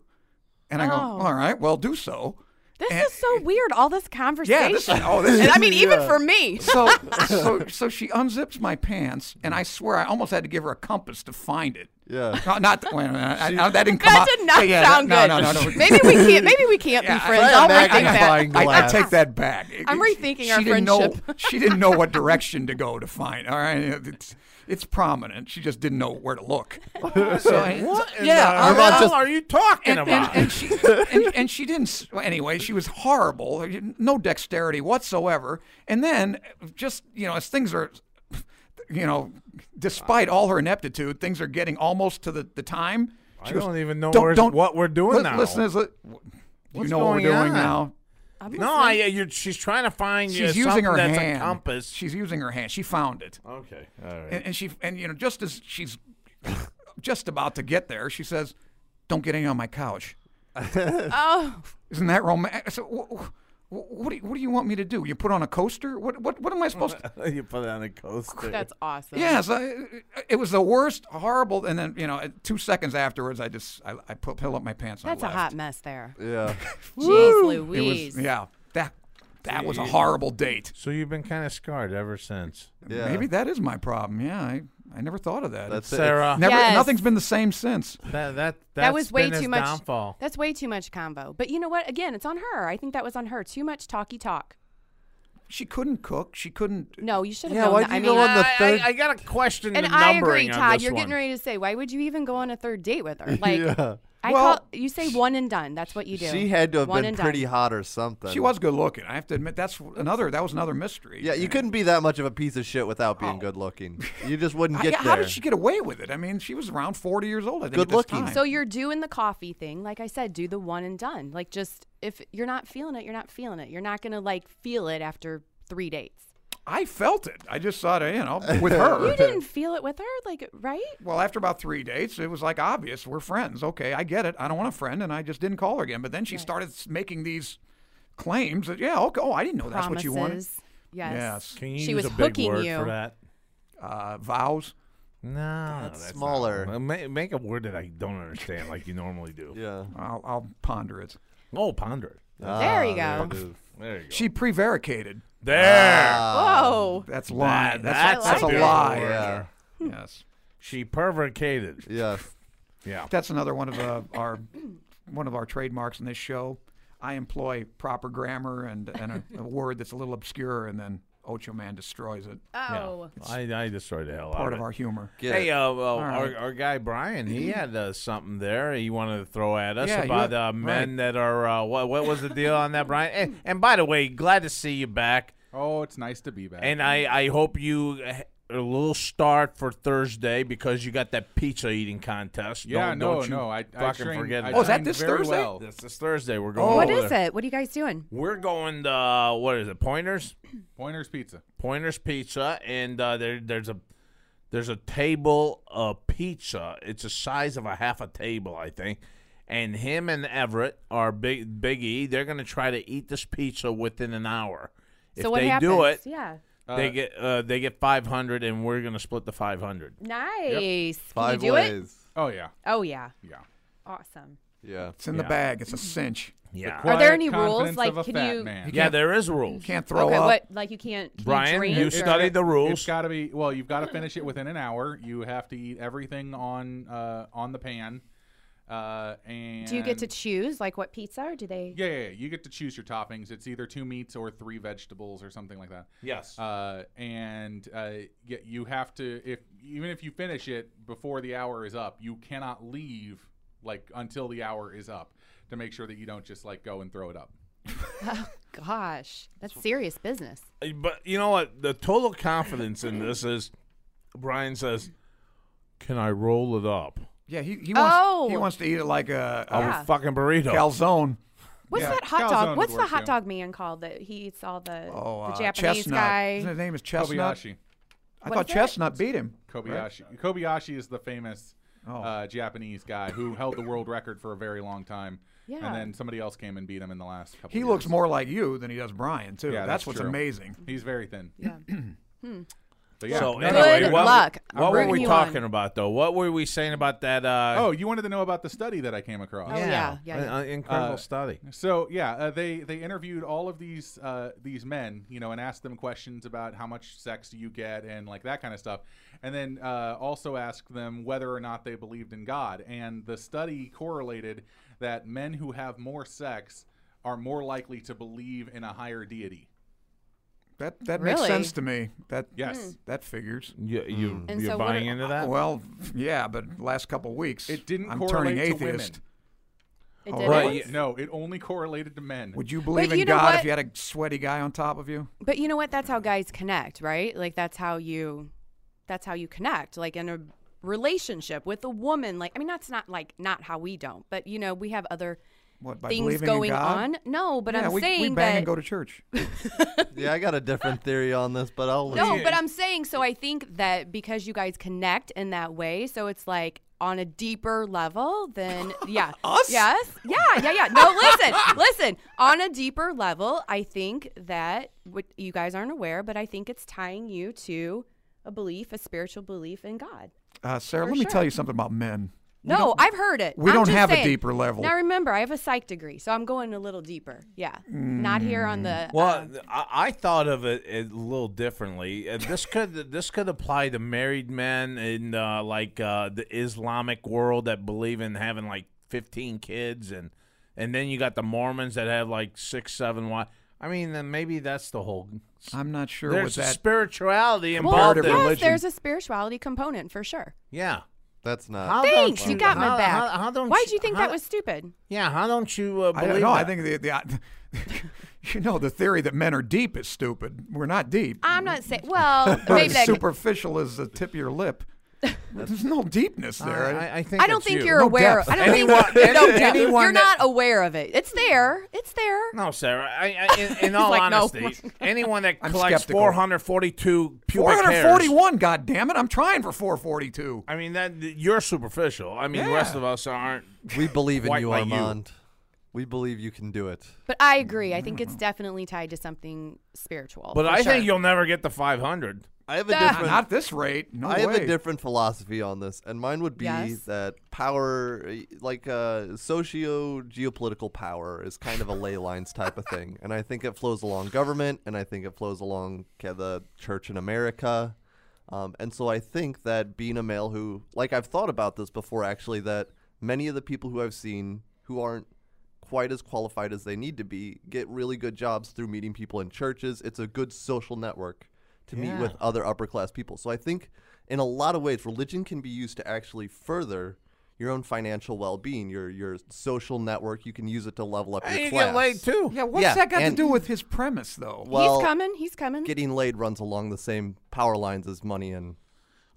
Speaker 5: And I go,
Speaker 4: Oh.
Speaker 5: All right, well, do so.
Speaker 4: This
Speaker 5: And-
Speaker 4: is so weird. All this conversation.
Speaker 5: Yeah, this is, oh, this
Speaker 4: And
Speaker 5: is
Speaker 4: I mean, even for me.
Speaker 5: so, so, so she unzips my pants, and I swear I almost had to give her a compass to find it.
Speaker 6: Yeah.
Speaker 5: No, not wait, wait, I- I- that didn't come
Speaker 4: That
Speaker 5: out-
Speaker 4: did not
Speaker 5: yeah,
Speaker 4: sound
Speaker 5: no,
Speaker 4: good.
Speaker 5: No, no, no.
Speaker 4: Maybe we can't. Maybe we can't
Speaker 5: Yeah,
Speaker 4: be
Speaker 5: I-
Speaker 4: friends.
Speaker 5: I-
Speaker 4: I'll
Speaker 6: I-
Speaker 4: rethink
Speaker 6: I-
Speaker 4: that.
Speaker 5: I, I take that back. It-
Speaker 4: I'm
Speaker 5: it-
Speaker 4: rethinking our
Speaker 5: she didn't Know,
Speaker 4: friendship.
Speaker 5: she didn't know what direction to go to find. All right, it's it's prominent. She just didn't know where to look. So, I-
Speaker 3: What in
Speaker 5: yeah,
Speaker 3: the
Speaker 5: all
Speaker 3: hell
Speaker 5: right.
Speaker 3: are you talking
Speaker 5: and, and-
Speaker 3: about?
Speaker 5: and she and, and she didn't. s- well, Anyway, she was horrible. No dexterity whatsoever. And then, just you know, as things are, you know, despite all her ineptitude, things are getting almost to the, the time.
Speaker 3: I don't even know where's- what we're doing
Speaker 5: li-
Speaker 3: now."
Speaker 5: Listen, listen, do you
Speaker 3: What's
Speaker 5: know what
Speaker 3: going
Speaker 5: we're doing
Speaker 3: on?
Speaker 5: now.
Speaker 3: no, I, you're, she's trying to find you
Speaker 5: She's
Speaker 3: something
Speaker 5: using her
Speaker 3: that's
Speaker 5: hand.
Speaker 3: a compass.
Speaker 5: She's using her hand. She found it,
Speaker 3: okay. All right.
Speaker 5: and, and she and you know, just as she's just about to get there, she says, "Don't get any on my couch."
Speaker 4: Oh,
Speaker 5: Isn't that romantic? So, wh- wh- what, do you, what do you want me to do? You put on a coaster? What what what am I supposed to?
Speaker 3: you put it on a coaster.
Speaker 4: that's awesome.
Speaker 5: Yes, I, it was the worst, horrible. And then you know, two seconds afterwards, I just I, I put pull up my pants. And I
Speaker 4: That's a
Speaker 5: left.
Speaker 4: hot mess there.
Speaker 6: Yeah.
Speaker 4: Jeez
Speaker 5: It was
Speaker 4: Louise.
Speaker 5: yeah. That that was a horrible date.
Speaker 3: So you've been kind of scarred ever since.
Speaker 6: Yeah.
Speaker 5: Maybe that is my problem. Yeah, I, I never thought of that.
Speaker 6: That's it.
Speaker 3: Sarah,
Speaker 5: Never,
Speaker 4: Yes.
Speaker 5: nothing's been the same since.
Speaker 3: that, that,
Speaker 4: That was way
Speaker 3: been his
Speaker 4: too much.
Speaker 3: downfall.
Speaker 4: That's way too much combo. But you know what? Again, it's on her. I think that was on her. Too much talky talk.
Speaker 5: She couldn't cook. She couldn't.
Speaker 4: No, you should have
Speaker 6: Yeah,
Speaker 4: known
Speaker 6: why'd
Speaker 4: that. I
Speaker 6: you
Speaker 4: mean,
Speaker 6: go on the
Speaker 3: I-
Speaker 6: third-
Speaker 3: I, I got to question
Speaker 4: and
Speaker 3: the
Speaker 4: I
Speaker 3: numbering
Speaker 4: agree,
Speaker 3: on
Speaker 4: Todd.
Speaker 3: this
Speaker 4: You're getting
Speaker 3: one.
Speaker 4: ready to say, why would you even go on a third date with her? Like, I
Speaker 5: Well,
Speaker 4: call you say one and done. That's what you do.
Speaker 6: She had to have
Speaker 4: one
Speaker 6: been
Speaker 4: and
Speaker 6: pretty
Speaker 4: done.
Speaker 6: hot or something.
Speaker 5: She was good looking. I have to admit that's another. That was another mystery.
Speaker 6: Yeah, you couldn't be that much of a piece of shit without being good looking. You just wouldn't
Speaker 5: Oh. I-
Speaker 6: get
Speaker 5: yeah,
Speaker 6: there.
Speaker 5: How did she get away with it? I mean, she was around 40 years old. I think. at
Speaker 6: Good
Speaker 5: this
Speaker 6: looking.
Speaker 5: time.
Speaker 4: So you're doing the coffee thing, like I said, do the one and done. Like just if you're not feeling it, you're not feeling it. You're not gonna like feel it after three dates.
Speaker 5: I felt it. I just thought, you know, with her.
Speaker 4: You didn't feel it with her, like right?
Speaker 5: Well, after about three dates, it was like obvious we're friends. Okay, I get it. I don't want a friend, and I just didn't call her again. But then she started s- making these claims that, yeah, okay, oh, I didn't know that's what
Speaker 4: Promises.
Speaker 5: you wanted.
Speaker 4: Yes.
Speaker 5: Yes.
Speaker 3: Can you
Speaker 4: She
Speaker 3: use
Speaker 4: was
Speaker 3: a big
Speaker 4: hooking
Speaker 3: word
Speaker 4: you.
Speaker 3: for that?
Speaker 5: Uh, vows.
Speaker 3: No, that's, not-
Speaker 6: smaller.
Speaker 3: Ma- Make, a word that I don't understand like you normally do.
Speaker 6: Yeah.
Speaker 5: I'll, I'll ponder it.
Speaker 3: Oh, ponder. it.
Speaker 4: There you
Speaker 6: Ah,
Speaker 4: go.
Speaker 6: there it is.
Speaker 3: There you go.
Speaker 5: She prevaricated.
Speaker 3: Uh, there.
Speaker 4: Whoa.
Speaker 5: That's lie.
Speaker 3: That-
Speaker 5: that's
Speaker 4: that's
Speaker 5: that's,
Speaker 4: a
Speaker 5: a
Speaker 4: good
Speaker 5: lie.
Speaker 3: word.
Speaker 6: Yeah.
Speaker 5: Yes.
Speaker 3: She pervocated.
Speaker 6: Yes.
Speaker 3: Yeah.
Speaker 5: That's another one of uh, our one of our trademarks in this show. I employ proper grammar and, and a, a word that's a little obscure, and then Ocho Man destroys it.
Speaker 4: Oh.
Speaker 3: I, I destroyed the hell out
Speaker 5: Part
Speaker 3: of
Speaker 5: of
Speaker 3: it.
Speaker 5: our humor.
Speaker 6: Get
Speaker 3: Hey,
Speaker 6: it.
Speaker 3: uh, well,
Speaker 5: right.
Speaker 3: our, our guy Brian, he
Speaker 7: Mm-hmm.
Speaker 3: had uh, something there he wanted to throw at us
Speaker 5: Yeah, you
Speaker 3: about
Speaker 5: had-
Speaker 3: uh, men that are. Uh, what, what was the deal on that, Brian? And, and by the way, glad to see you back.
Speaker 7: Oh, it's nice to be back.
Speaker 3: And I, I hope you uh, are a little starved for Thursday because you got that pizza eating contest.
Speaker 7: yeah,
Speaker 3: don't,
Speaker 7: no,
Speaker 3: don't you
Speaker 7: no, I, I
Speaker 3: fucking
Speaker 7: trained-
Speaker 3: forget
Speaker 7: I
Speaker 3: it.
Speaker 5: Oh, is that
Speaker 7: trained
Speaker 5: this
Speaker 7: very
Speaker 5: Thursday?
Speaker 7: well.
Speaker 3: That's this Thursday. We're going.
Speaker 4: Oh, What
Speaker 3: over
Speaker 4: is
Speaker 3: there.
Speaker 4: it? What are you guys doing?
Speaker 3: We're going. To, uh, what is it? Pointers.
Speaker 7: Pointer's Pizza.
Speaker 3: Pointers Pizza, and uh, there there's a there's a table of pizza. It's the size of a half a table, I think. And him and Everett are big Big E. They're gonna try to eat this pizza within an hour. If
Speaker 4: so what
Speaker 3: they
Speaker 4: happens?
Speaker 3: do it,
Speaker 4: Yeah.
Speaker 3: they get uh, they get five hundred, and we're gonna split the five hundred.
Speaker 4: Nice. Can you
Speaker 6: Five
Speaker 4: do it?
Speaker 6: ways.
Speaker 7: Oh yeah,
Speaker 4: Oh yeah.
Speaker 7: yeah.
Speaker 4: Awesome.
Speaker 6: Yeah.
Speaker 5: It's in the bag. It's a cinch.
Speaker 3: Yeah,
Speaker 4: Are there
Speaker 7: Quiet
Speaker 4: any rules?
Speaker 7: confidence
Speaker 4: Like,
Speaker 7: of a
Speaker 4: can
Speaker 7: fat
Speaker 4: you-
Speaker 7: Man.
Speaker 3: yeah. There is rules.
Speaker 5: Can't throw
Speaker 4: okay,
Speaker 5: up.
Speaker 4: what like you can't can you
Speaker 3: Brian,
Speaker 4: drink
Speaker 3: you
Speaker 4: or-
Speaker 3: studied the
Speaker 7: It's
Speaker 3: rules.
Speaker 7: got to be well. You've got to finish it within an hour. You have to eat everything on uh, on the pan. Uh, and
Speaker 4: Do you get to choose like what pizza or do they
Speaker 7: Yeah, yeah, yeah, you get to choose your toppings. It's either two meats or three vegetables or something like that.
Speaker 3: Yes.
Speaker 7: Uh, and uh, y- you have to if even if you finish it before the hour is up, you cannot leave like until the hour is up to make sure that you don't just like go and throw it up.
Speaker 4: Gosh, that's serious business.
Speaker 3: Uh, But you know what? The total confidence in this is Brian says, "Can I roll it up?"
Speaker 5: Yeah, he, he wants he
Speaker 4: Oh.
Speaker 5: wants to eat it like a, a
Speaker 4: Yeah.
Speaker 3: Fucking burrito.
Speaker 5: calzone.
Speaker 4: What's
Speaker 7: Yeah,
Speaker 4: that hot
Speaker 7: calzone
Speaker 4: dog? What's
Speaker 7: would
Speaker 4: the
Speaker 7: work,
Speaker 4: hot
Speaker 7: yeah.
Speaker 4: dog man called that he eats all the
Speaker 5: Oh, uh,
Speaker 4: the Japanese
Speaker 5: chestnut.
Speaker 4: guy?
Speaker 5: Isn't his name is Chestnut.
Speaker 7: Kobayashi.
Speaker 5: I
Speaker 4: What
Speaker 5: thought
Speaker 4: is it?
Speaker 5: Chestnut beat him.
Speaker 7: Kobayashi. Kobayashi is the famous
Speaker 5: Oh.
Speaker 7: uh, Japanese guy who held the world record for a very long time.
Speaker 4: Yeah.
Speaker 7: And then somebody else came and beat him in the last couple.
Speaker 5: He
Speaker 7: years.
Speaker 5: looks more like you than he does Brian too.
Speaker 7: Yeah,
Speaker 5: that's,
Speaker 7: that's
Speaker 5: what's
Speaker 7: true.
Speaker 5: amazing.
Speaker 7: He's very thin. So yeah.
Speaker 3: So
Speaker 7: No,
Speaker 4: Good
Speaker 7: no,
Speaker 3: anyway,
Speaker 7: it-
Speaker 3: what,
Speaker 4: luck. I'm
Speaker 3: what were
Speaker 4: rooting
Speaker 3: we
Speaker 4: you
Speaker 3: talking
Speaker 4: on.
Speaker 3: about though? What were we saying about that? Uh,
Speaker 7: Oh, you wanted to know about the study that I came across.
Speaker 4: Oh, yeah. Yeah. yeah.
Speaker 3: uh, incredible
Speaker 7: Uh,
Speaker 3: study.
Speaker 7: So yeah, uh, they they interviewed all of these uh, these men, you know, and asked them questions about how much sex do you get and like that kind of stuff, and then uh, also asked them whether or not they believed in God. And the study correlated that men who have more sex are more likely to believe in a higher deity.
Speaker 5: That that
Speaker 4: Really? Hmm.
Speaker 5: makes sense to me. That
Speaker 7: Yes. Mm.
Speaker 5: that figures.
Speaker 3: You, you
Speaker 4: And
Speaker 3: you're
Speaker 4: so what
Speaker 3: buying
Speaker 4: are-
Speaker 3: into that?
Speaker 5: Well, yeah, but last couple weeks
Speaker 7: It didn't
Speaker 5: I'm
Speaker 7: correlate
Speaker 5: turning
Speaker 7: to women.
Speaker 5: atheist.
Speaker 4: It
Speaker 5: all
Speaker 4: did
Speaker 3: right.
Speaker 4: it.
Speaker 3: Yeah.
Speaker 7: No, it only correlated to men.
Speaker 5: Would you believe
Speaker 4: you
Speaker 5: in
Speaker 4: know
Speaker 5: God
Speaker 4: what?
Speaker 5: if you had a sweaty guy on top of you?
Speaker 4: But you know what? That's how guys connect, right? Like that's how you, that's how you connect. Like in a relationship with a woman. Like I mean, that's not like not how we don't, but you know, we have other
Speaker 5: What by
Speaker 4: things
Speaker 5: believing
Speaker 4: going
Speaker 5: in God?
Speaker 4: on. No, but
Speaker 5: yeah,
Speaker 4: I'm
Speaker 5: we,
Speaker 4: saying
Speaker 5: we bang
Speaker 4: that
Speaker 5: and go to church.
Speaker 6: yeah, I got a different theory on this, but I'll
Speaker 4: No, but I'm saying so. I think that because you guys connect in that way, so it's like on a deeper level than yeah us yes yeah yeah yeah no listen listen on a deeper level i think that what you guys aren't aware but i think it's tying you to a belief a spiritual belief in god
Speaker 5: Uh, Sarah,
Speaker 4: For
Speaker 5: let me
Speaker 4: sure.
Speaker 5: tell you something about men. We
Speaker 4: no
Speaker 5: don't-
Speaker 4: i've heard it
Speaker 5: we
Speaker 4: I'm
Speaker 5: don't
Speaker 4: just
Speaker 5: have a
Speaker 4: saying.
Speaker 5: deeper level.
Speaker 4: now remember i have a psych degree so i'm going a little deeper yeah not here
Speaker 5: Mm.
Speaker 4: on the uh,
Speaker 3: Well, Uh, I, I thought of it a little differently. Uh, This could this could apply to married men in uh, like uh, the Islamic world that believe in having like fifteen kids, and and then you got the Mormons that have like six, seven wives. I mean, then maybe that's the whole.
Speaker 5: I'm not sure
Speaker 3: There's
Speaker 5: what
Speaker 3: a
Speaker 5: that.
Speaker 3: spirituality
Speaker 4: well
Speaker 3: involved.
Speaker 4: yes
Speaker 5: comparative
Speaker 3: in it.
Speaker 5: religion.
Speaker 4: there's a spirituality component for sure
Speaker 3: Yeah.
Speaker 6: That's not.
Speaker 3: How don't
Speaker 4: Thanks, you got
Speaker 3: how-
Speaker 4: my back.
Speaker 3: how- how don't
Speaker 4: Why'd you think
Speaker 3: how-
Speaker 4: that was stupid?
Speaker 3: Yeah, how don't you uh,
Speaker 5: I
Speaker 3: believe?
Speaker 5: don't know. I
Speaker 3: that?
Speaker 5: think the, the you know the theory that men are deep is stupid. We're not deep.
Speaker 4: I'm not saying. Well,
Speaker 5: We're
Speaker 4: maybe
Speaker 5: as
Speaker 4: that.
Speaker 5: superficial as the tip of your lip. There's no deepness there.
Speaker 3: I, I- I think
Speaker 4: I don't
Speaker 3: it's
Speaker 4: think
Speaker 3: you.
Speaker 4: you're
Speaker 5: No
Speaker 4: aware.
Speaker 5: depth.
Speaker 4: I don't
Speaker 3: Anyone-
Speaker 4: think no,
Speaker 3: any-
Speaker 4: depth.
Speaker 3: anyone
Speaker 4: you're
Speaker 3: that-
Speaker 4: not aware of it. It's there. It's there.
Speaker 3: No, Sarah. I, I, in, in
Speaker 4: He's
Speaker 3: all
Speaker 4: like, no.
Speaker 3: honesty, anyone that
Speaker 5: I'm
Speaker 3: collects
Speaker 5: skeptical.
Speaker 3: 442 pubic hairs,
Speaker 5: 441. God damn it! I'm trying for 442.
Speaker 3: I mean, that you're superficial. I mean, the rest
Speaker 5: Yeah.
Speaker 3: of us aren't.
Speaker 6: We believe in
Speaker 3: Quite
Speaker 6: you,
Speaker 3: like you.
Speaker 6: Armand. We believe you can do it.
Speaker 4: But I agree. I think it's definitely tied to something spiritual.
Speaker 3: But
Speaker 4: for
Speaker 3: I
Speaker 4: sure.
Speaker 3: think you'll never get to 500.
Speaker 6: I have a
Speaker 4: That-
Speaker 6: different.
Speaker 5: Not this rate. No
Speaker 6: I have
Speaker 5: way.
Speaker 6: a different philosophy on this, and mine would be
Speaker 4: Yes.
Speaker 6: that power, eh, like uh, socio geopolitical power, is kind of a ley lines type of thing. And I think it flows along government, and I think it flows along ca- the church in America. Um, and so I think that being a male who, like, I've thought about this before actually, that many of the people who I've seen who aren't quite as qualified as they need to be get really good jobs through meeting people in churches. It's a good social network to meet with other upper class people. So I think in a lot of ways, religion can be used to actually further your own financial well being, your your social network. You can use it to level up
Speaker 3: And
Speaker 6: your
Speaker 3: you
Speaker 6: class.
Speaker 3: get laid too.
Speaker 5: Yeah, what's
Speaker 6: Yeah,
Speaker 5: that got to
Speaker 6: and-
Speaker 5: do with his premise, though?
Speaker 6: Well,
Speaker 4: he's coming. He's coming.
Speaker 6: getting laid runs along the same power lines as money and.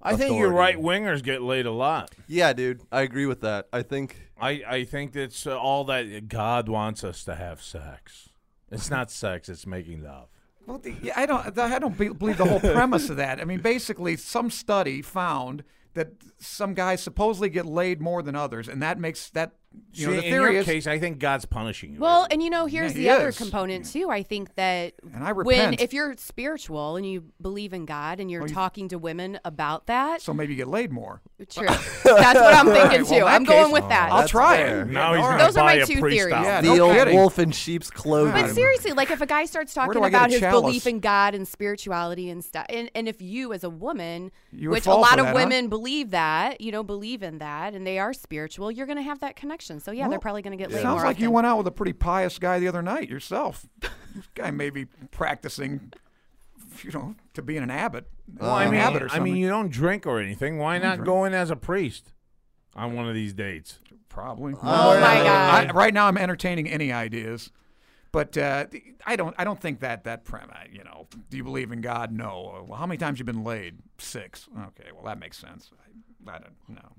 Speaker 3: I think your right
Speaker 6: authority.
Speaker 3: wingers get laid a lot.
Speaker 6: Yeah, dude, I agree with that. I think
Speaker 3: I, I think it's uh, all that God wants us to have sex. It's not sex, it's making love.
Speaker 5: Well, the, yeah, I don't, I don't be, believe the whole premise of that. I mean, basically, some study found that some guys supposedly get laid more than others, and that makes that you know
Speaker 3: See,
Speaker 5: the
Speaker 3: in
Speaker 5: theory
Speaker 3: your
Speaker 5: is.
Speaker 3: case, I think God's punishing you.
Speaker 4: well, and you know, here's
Speaker 5: he
Speaker 4: the other
Speaker 5: is.
Speaker 4: component too. I think that
Speaker 5: And I
Speaker 4: when
Speaker 5: repent.
Speaker 4: if you're spiritual and you believe in God and you're
Speaker 5: you-
Speaker 4: talking to women about that,
Speaker 5: so maybe you get laid more.
Speaker 4: true. That's what I'm
Speaker 5: All right,
Speaker 4: thinking
Speaker 5: well, in
Speaker 4: too.
Speaker 5: that
Speaker 4: I'm going
Speaker 5: case,
Speaker 4: with that.
Speaker 5: I'll
Speaker 6: That's
Speaker 5: try
Speaker 6: fair.
Speaker 5: it.
Speaker 3: now he's
Speaker 5: Yeah, all
Speaker 3: going
Speaker 5: right.
Speaker 3: to
Speaker 4: Those are
Speaker 3: buy
Speaker 4: my
Speaker 3: a
Speaker 4: two
Speaker 3: priest
Speaker 4: theories.
Speaker 3: out.
Speaker 5: Yeah,
Speaker 6: the
Speaker 5: no
Speaker 6: old
Speaker 5: kidding.
Speaker 6: wolf in sheep's clothing.
Speaker 4: But seriously, like if a guy starts
Speaker 5: do
Speaker 4: talking
Speaker 5: I get
Speaker 4: about
Speaker 5: a
Speaker 4: his
Speaker 5: chalice?
Speaker 4: belief in God and spirituality and stuff, and, and if you as a woman,
Speaker 5: You would
Speaker 4: which a
Speaker 5: fall
Speaker 4: lot
Speaker 5: for
Speaker 4: of
Speaker 5: that, huh?
Speaker 4: women believe that, you know, believe in that, and they are spiritual, you're going to have that connection. So yeah, they're
Speaker 5: Well,
Speaker 4: probably going to get
Speaker 5: It
Speaker 4: laid
Speaker 5: sounds
Speaker 4: more
Speaker 5: like you
Speaker 4: often.
Speaker 5: went out with a pretty pious guy the other night yourself. this guy may be practicing, you know, to being an abbot.
Speaker 3: Well, I
Speaker 5: an
Speaker 3: mean,
Speaker 5: abbot Uh, or
Speaker 3: I
Speaker 5: something.
Speaker 3: mean, you don't drink or anything. Why not go in as a priest on one of these dates?
Speaker 5: Probably.
Speaker 4: Oh my
Speaker 5: I,
Speaker 4: god!
Speaker 5: right now, I'm entertaining any ideas, but uh, I don't. I don't think that that premise. You know, do you believe in God? Oh, No. Well, how many times you been laid? Six. Okay. Well, that makes sense. I, I don't know.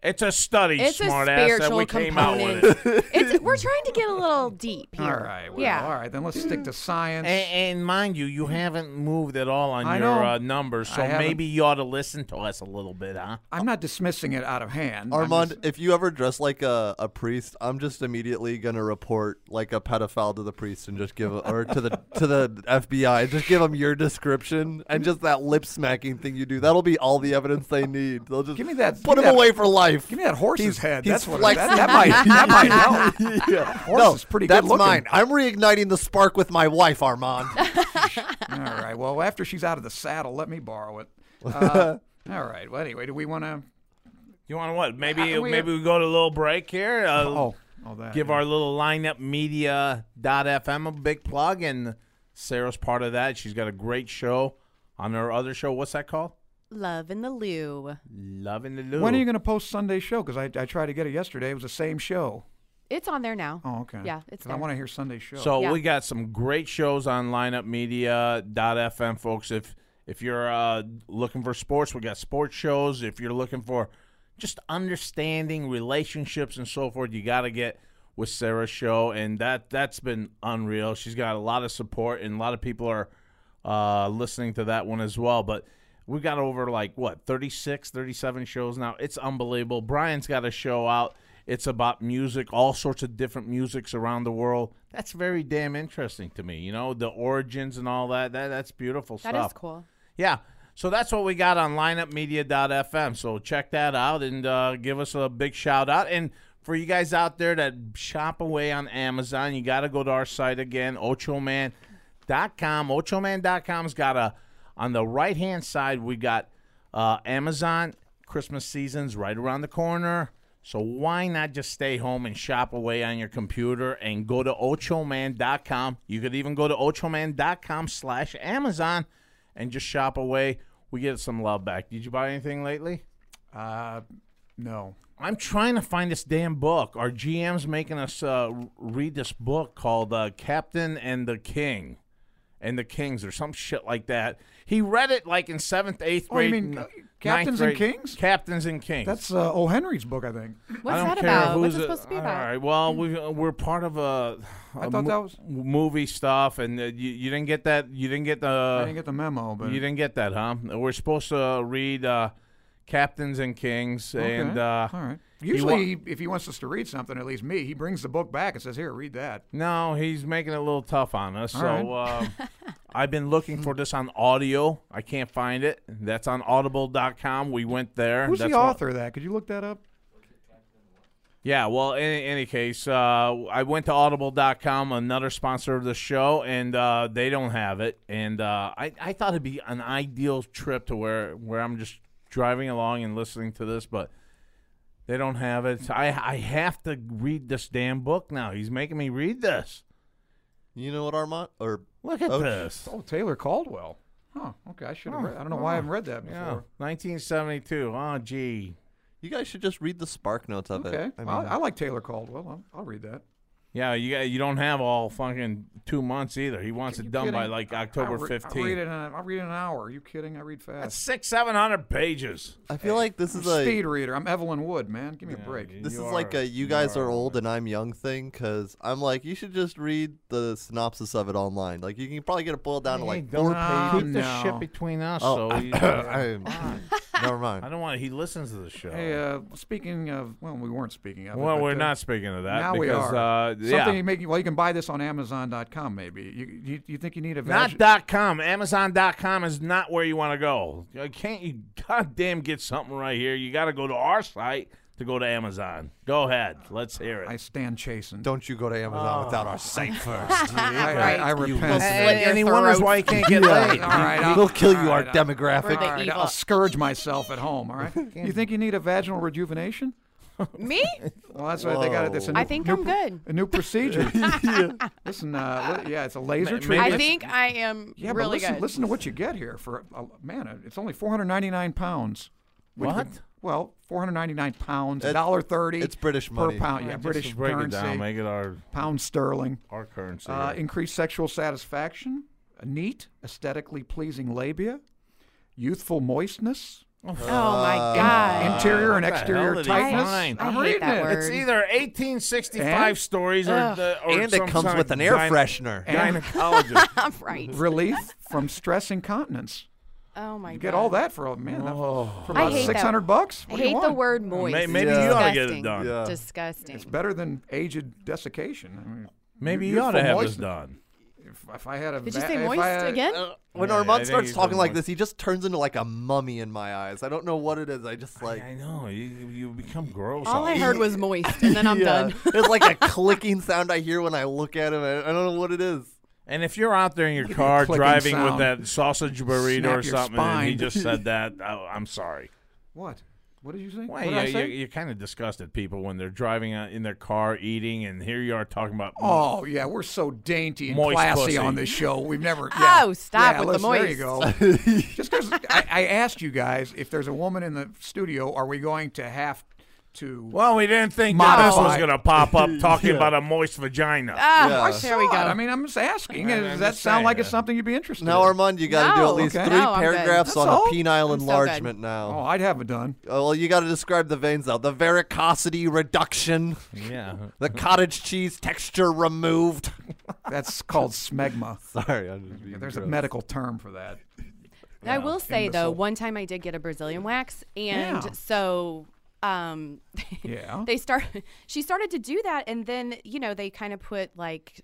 Speaker 3: It's a study,
Speaker 4: It's a
Speaker 3: smart ass, that
Speaker 4: spiritual
Speaker 3: we came out with
Speaker 4: component.
Speaker 3: it.
Speaker 4: it's, we're trying to get a little deep here.
Speaker 5: All right. Well,
Speaker 4: yeah.
Speaker 5: All right. Then let's stick to science.
Speaker 3: And, and mind you, you haven't moved at all on
Speaker 5: I
Speaker 3: your
Speaker 5: know.
Speaker 3: uh, numbers, so
Speaker 5: I haven't.
Speaker 3: maybe you ought to listen to us a little bit, huh?
Speaker 5: I'm not dismissing it out of hand. I'm
Speaker 6: Armand,
Speaker 5: just-
Speaker 6: if you ever dress like a, a priest, I'm just immediately gonna report like a pedophile to the priest and just give or to the to the FBI, just give them your description and just that lip smacking thing you do. That'll be all the evidence they need. They'll just
Speaker 5: Give me that- give
Speaker 6: put
Speaker 5: me
Speaker 6: him
Speaker 5: that-
Speaker 6: away for life.
Speaker 5: give me that horse's
Speaker 6: He's-
Speaker 5: head.
Speaker 6: he's
Speaker 5: That's what it,
Speaker 6: flexing.
Speaker 5: that, that might that might help. Horse
Speaker 6: no,
Speaker 5: is pretty
Speaker 6: that's
Speaker 5: good looking.
Speaker 6: mine. I'm reigniting the spark with my wife, Armand.
Speaker 5: All right. Well, after she's out of the saddle, let me borrow it. Uh, all right. Well, anyway, do we want to?
Speaker 3: You want to what? Maybe
Speaker 5: Uh, we-
Speaker 3: maybe we go to a little break here. Uh,
Speaker 5: Oh, all that.
Speaker 3: give our little lineup media.fm a big plug, and Sarah's part of that. She's got a great show on her other show. What's that called?
Speaker 4: Love in the Lou.
Speaker 3: Love in the Lou.
Speaker 5: When are you going to post Sunday's show? Because I, I tried to get it yesterday. It was the same show.
Speaker 4: It's on there now.
Speaker 5: Oh, okay.
Speaker 4: Yeah, it's
Speaker 5: 'Cause I
Speaker 4: there.
Speaker 5: want to hear Sunday's show.
Speaker 3: So
Speaker 4: Yeah.
Speaker 3: we got some great shows on lineupmedia.fm, folks. If if you're uh, looking for sports, we got sports shows. If you're looking for just understanding relationships and so forth, you got to get with Sarah's show, and that that's been unreal. She's got a lot of support, and a lot of people are uh, listening to that one as well. But we got over like what 36 37 shows now it's unbelievable brian's got a show out it's about music all sorts of different musics around the world that's very damn interesting to me you know the origins and all that, that that's beautiful
Speaker 4: That is
Speaker 3: stuff
Speaker 4: cool.
Speaker 3: yeah so that's what we got on lineupmedia.fm so check that out and uh, give us a big shout out and for you guys out there that shop away on amazon you got to go to our site again ochoman.com ochoman.com's got a on the right hand side, we got uh, Amazon. Christmas season's right around the corner. So why not just stay home and shop away on your computer and go to ochoman.com. You could even go to ochoman.com slash Amazon and just shop away. We get some love back. Did you buy anything lately?
Speaker 5: uh, no.
Speaker 3: I'm trying to find this damn book. Our GM's making us uh, read this book called uh, Captain and the King and the Kings or some shit like that. He read it like in seventh, eighth
Speaker 5: Oh,
Speaker 3: grade.
Speaker 5: you mean,
Speaker 3: n-
Speaker 5: uh, Captains
Speaker 3: ninth
Speaker 5: and
Speaker 3: grade.
Speaker 5: Kings?
Speaker 3: Captains and Kings.
Speaker 5: That's uh, O. Henry's book, I think.
Speaker 4: What's
Speaker 3: I don't
Speaker 4: that
Speaker 3: care
Speaker 4: about?
Speaker 3: who's
Speaker 4: What's it
Speaker 3: a-
Speaker 4: supposed to be
Speaker 3: All
Speaker 4: about?
Speaker 3: right. Well, we uh, we're part of a.
Speaker 5: I
Speaker 3: a
Speaker 5: thought that was-
Speaker 3: movie stuff, and uh, you, you didn't get that. You didn't get the.
Speaker 5: I didn't get the memo, but
Speaker 3: You didn't get that, huh? We're supposed to read uh, Captains and Kings,
Speaker 5: Okay.
Speaker 3: and uh,
Speaker 5: all right.
Speaker 3: wa-
Speaker 5: Usually, if he wants us to read something, at least me, he brings the book back and says, "Here, read that."
Speaker 3: no, he's making it a little tough on us.
Speaker 5: All
Speaker 3: so uh, I've been looking for this on audio. I can't find it. That's on Audible.com. We went there.
Speaker 5: Who's
Speaker 3: That's
Speaker 5: the
Speaker 3: what-
Speaker 5: author of that? Could you look that up?
Speaker 3: Yeah, well, in in any case, uh, I went to audible.com, another sponsor of the show, and uh, they don't have it. And uh, I, I thought it'd be an ideal trip to where, where I'm just driving along and listening to this, but they don't have it. I, I have to read this damn book now. He's making me read this.
Speaker 6: you know what, Armand? Or
Speaker 3: Look at
Speaker 6: Oh,
Speaker 3: this.
Speaker 5: Oh, Taylor Caldwell. Huh. Okay, I should have. read I don't know why I haven't read that before.
Speaker 3: Oh, Yeah, 1972. Oh, gee.
Speaker 6: you guys should just read the spark notes of
Speaker 5: Okay.
Speaker 6: it. I mean,
Speaker 5: well, I like Taylor Caldwell. I'll, I'll read that.
Speaker 3: Yeah, you got, you don't have all fucking two months either. He wants
Speaker 5: You
Speaker 3: it done by
Speaker 5: kidding?
Speaker 3: like
Speaker 5: I-
Speaker 3: October
Speaker 5: I re- I'll
Speaker 3: 15th.
Speaker 5: read it. In a, I'll read it in an hour. Are you kidding? I read
Speaker 3: That's
Speaker 5: fast.
Speaker 3: six, seven hundred pages.
Speaker 6: I feel like this
Speaker 5: I'm
Speaker 6: is
Speaker 5: a
Speaker 6: a
Speaker 5: speed reader. I'm Evelyn Wood, man. Give me a break.
Speaker 3: you-
Speaker 6: This
Speaker 3: You
Speaker 6: is like
Speaker 3: are-
Speaker 6: a you guys are, old and I'm young thing because I'm like you should just read the synopsis of it online. Like you can probably get it boiled down to like
Speaker 3: don't
Speaker 6: four
Speaker 5: no.
Speaker 6: pages.
Speaker 3: keep this
Speaker 5: no.
Speaker 3: shit between us. so
Speaker 6: Oh, I,
Speaker 3: you-
Speaker 6: I- never
Speaker 3: I
Speaker 6: mind.
Speaker 3: don't want. He listens to the show.
Speaker 5: Hey, uh, speaking of, well, we weren't speaking of. it,
Speaker 3: well,
Speaker 5: but,
Speaker 3: we're
Speaker 5: uh,
Speaker 3: not speaking of that
Speaker 5: Now we
Speaker 3: because
Speaker 5: are.
Speaker 3: uh,
Speaker 5: Something
Speaker 3: yeah,
Speaker 5: you make. Well, you can buy this on Amazon.com. Maybe you you, you think you need a
Speaker 3: not
Speaker 5: vag-
Speaker 3: dot com. Amazon dot com is not where you want to go. Uh, Can't you goddamn get something right here? You got to go to our site to go to Amazon. Go ahead, let's hear
Speaker 5: I
Speaker 3: it.
Speaker 5: stand chasing.
Speaker 6: Don't you go to
Speaker 3: Oh,
Speaker 6: Amazon without our site first.
Speaker 5: I, I, I repent.
Speaker 4: Slit your
Speaker 3: and he wonders
Speaker 4: throat.
Speaker 3: why he can't get laid.
Speaker 5: All right, I'll-
Speaker 6: We'll kill you
Speaker 5: all
Speaker 6: our
Speaker 5: right, I'll-
Speaker 4: Or the
Speaker 6: demographic.
Speaker 5: all right,
Speaker 4: evil-
Speaker 5: I'll scourge myself at home. All right. you think you need a vaginal rejuvenation?
Speaker 4: Me?
Speaker 5: Well, that's right. They got it. That's a new,
Speaker 4: I think
Speaker 5: new
Speaker 4: I'm
Speaker 5: pro-
Speaker 4: good.
Speaker 5: A new procedure. Listen, uh, li- yeah, it's a laser
Speaker 3: maybe
Speaker 5: treatment.
Speaker 4: I think I am
Speaker 5: yeah, but
Speaker 4: really
Speaker 5: listen,
Speaker 4: good.
Speaker 5: listen to what you get here for a, a- man. uh, It's only 499 pounds. Which
Speaker 3: What?
Speaker 5: would- well, 499 pounds,
Speaker 6: It's-
Speaker 5: dollar thirty.
Speaker 6: it's British
Speaker 5: per
Speaker 6: money.
Speaker 5: pound. Yeah, British
Speaker 3: Just break
Speaker 5: currency.
Speaker 3: it down. Make it our
Speaker 5: Pound sterling.
Speaker 3: our currency.
Speaker 5: Uh,
Speaker 3: here.
Speaker 5: increased sexual satisfaction, a neat, aesthetically pleasing labia, youthful moistness,
Speaker 4: Oh my god.
Speaker 5: Interior uh, and
Speaker 3: What the hell
Speaker 5: exterior
Speaker 3: did he
Speaker 5: tightness.
Speaker 3: find?
Speaker 5: I'm
Speaker 4: I hate
Speaker 5: reading
Speaker 4: that
Speaker 5: it.
Speaker 4: word.
Speaker 3: It's either 1865
Speaker 5: And-
Speaker 3: stories or, the, or
Speaker 6: And it
Speaker 3: some
Speaker 6: comes
Speaker 3: kind
Speaker 6: with
Speaker 3: of
Speaker 6: an air
Speaker 3: gyne-
Speaker 6: freshener.
Speaker 3: Gynecologist.
Speaker 4: I'm right.
Speaker 5: Relief from stress incontinence.
Speaker 4: Oh my god.
Speaker 5: Mm-hmm. You get all that for a man. that- For
Speaker 4: Oh. I
Speaker 5: about
Speaker 4: hate that.
Speaker 5: six hundred bucks.
Speaker 4: I
Speaker 5: What do you
Speaker 4: hate the
Speaker 5: want?
Speaker 4: word moist.
Speaker 3: May- maybe
Speaker 6: you
Speaker 3: oughta get it
Speaker 4: Disgusting.
Speaker 3: done.
Speaker 6: Yeah.
Speaker 4: Disgusting.
Speaker 5: It's better than aged desiccation. I mean,
Speaker 3: Maybe
Speaker 5: you-
Speaker 3: you ought to
Speaker 5: for
Speaker 3: have this
Speaker 5: moist-
Speaker 3: done.
Speaker 5: if, if I had a
Speaker 4: Did you
Speaker 5: va-
Speaker 4: say
Speaker 5: if I uh,
Speaker 4: moist
Speaker 5: had-
Speaker 4: again?
Speaker 6: When
Speaker 3: Yeah, I
Speaker 6: Armand
Speaker 3: think
Speaker 6: starts
Speaker 3: he's
Speaker 6: talking
Speaker 3: doing
Speaker 6: like
Speaker 3: more-
Speaker 6: this, he just turns into like a mummy in my eyes. I don't know what it is. I just like.
Speaker 3: I know. You, you become gross.
Speaker 4: all I
Speaker 3: all-
Speaker 4: heard was moist, and then I'm
Speaker 6: Yeah.
Speaker 4: done.
Speaker 6: There's like a clicking sound I hear when I look at him. I, I don't know what it is.
Speaker 3: And if you're out there in your car
Speaker 5: clicking
Speaker 3: driving
Speaker 5: sound.
Speaker 3: with that sausage burrito
Speaker 5: Snap
Speaker 3: or
Speaker 5: your
Speaker 3: something, and he
Speaker 5: spine.
Speaker 3: just said that, I, I'm sorry.
Speaker 5: What? What did you say?
Speaker 3: Well,
Speaker 5: what did I
Speaker 3: you,
Speaker 5: say?
Speaker 3: you, you're kind of disgusted people when they're driving out in their car eating, and here you are talking about.
Speaker 5: Oh yeah, we're so dainty and
Speaker 3: Moist
Speaker 5: classy
Speaker 3: pussy.
Speaker 5: on this show. We've never. yeah.
Speaker 4: Oh, stop
Speaker 5: Yeah,
Speaker 4: with the
Speaker 5: listen, There you go. Just 'cause I, I asked you guys if there's a woman in the studio, are we going to have to?
Speaker 3: Well, we didn't think that this was
Speaker 5: Modify.
Speaker 3: going to pop up talking about a moist vagina.
Speaker 4: Ah,
Speaker 5: I
Speaker 4: there we
Speaker 5: saw
Speaker 4: go.
Speaker 5: it. I mean, I'm just asking.
Speaker 3: I'm
Speaker 5: Does that
Speaker 3: just
Speaker 5: sound
Speaker 3: saying,
Speaker 5: like it's
Speaker 3: uh,
Speaker 5: something you'd be interested
Speaker 6: Now,
Speaker 5: in?
Speaker 6: Armand, you got to
Speaker 4: No.
Speaker 6: do at least
Speaker 4: Okay.
Speaker 6: three
Speaker 4: No, I'm good.
Speaker 6: paragraphs
Speaker 4: That's
Speaker 6: on
Speaker 5: all?
Speaker 6: a penile
Speaker 4: I'm so good.
Speaker 6: enlargement now.
Speaker 5: Oh, I'd have it done.
Speaker 6: Oh, well, you got to describe the veins though. The varicosity reduction,
Speaker 3: Yeah.
Speaker 6: the cottage cheese texture removed.
Speaker 5: That's called smegma.
Speaker 6: Sorry, I'm just being
Speaker 5: There's a
Speaker 6: gross.
Speaker 5: medical term for that.
Speaker 4: I will say though,
Speaker 5: imbecile.
Speaker 4: one time I did get a Brazilian wax, and
Speaker 5: Yeah.
Speaker 4: so um,
Speaker 5: Yeah.
Speaker 4: they start. She started to do that, and then you know they kind of put like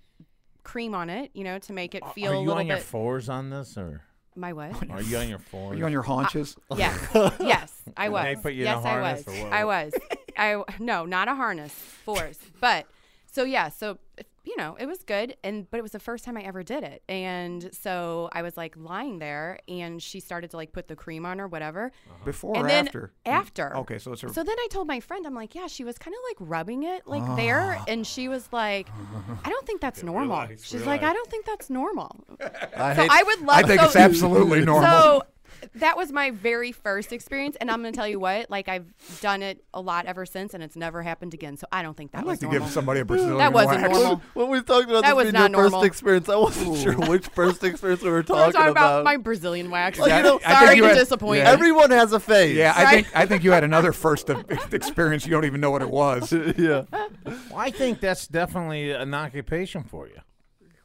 Speaker 4: cream on it, you know, to make it feel
Speaker 3: Are
Speaker 4: a
Speaker 3: you
Speaker 4: little
Speaker 3: on your
Speaker 4: bit.
Speaker 3: fours on this, or
Speaker 4: my what?
Speaker 3: are you on your
Speaker 5: Are
Speaker 3: fours?
Speaker 5: you on your haunches?
Speaker 4: yes, yes, I was.
Speaker 3: they put you in a
Speaker 4: yes, I
Speaker 3: harness
Speaker 4: was.
Speaker 3: or what?
Speaker 4: I was. I no, not a harness, force. But so yeah, so you know, it was good, and but it was the first time I ever did it, and so I was like lying there, and she started to like put the cream on or whatever,
Speaker 3: Uh-huh.
Speaker 5: Before
Speaker 4: and
Speaker 5: or
Speaker 4: then
Speaker 5: after?
Speaker 4: after.
Speaker 5: Okay, so it's her.
Speaker 4: So then I told my friend, I'm like, yeah, she was kind of like rubbing it like there,
Speaker 3: Ah.
Speaker 4: and she was like, I don't think that's normal. She's like, I don't think that's normal.
Speaker 6: I
Speaker 4: So
Speaker 6: hate
Speaker 4: I would love.
Speaker 5: I think
Speaker 4: so,
Speaker 5: it's absolutely normal.
Speaker 4: So that was my very first experience, and I'm gonna tell you what, like I've done it a lot ever since, and it's never happened again. So I don't think that
Speaker 5: I'd
Speaker 4: was
Speaker 5: like to
Speaker 4: normal.
Speaker 5: give somebody a Brazilian
Speaker 4: That wasn't
Speaker 5: wax.
Speaker 4: normal.
Speaker 6: When we talked about
Speaker 4: That
Speaker 6: this
Speaker 4: was
Speaker 6: being
Speaker 4: not
Speaker 6: your
Speaker 4: normal.
Speaker 6: first experience, I wasn't sure which first experience we were
Speaker 4: We were
Speaker 6: talking,
Speaker 4: talking about, my Brazilian wax.
Speaker 6: Well, you know, I
Speaker 4: Sorry
Speaker 6: think you
Speaker 4: to
Speaker 6: had-
Speaker 4: disappoint.
Speaker 5: yeah.
Speaker 4: you.
Speaker 6: Everyone has a phase.
Speaker 5: Yeah, I
Speaker 4: Right?
Speaker 5: think I think you had another first e- experience. You don't even know what it was.
Speaker 3: Well, I think that's definitely an occupation for you.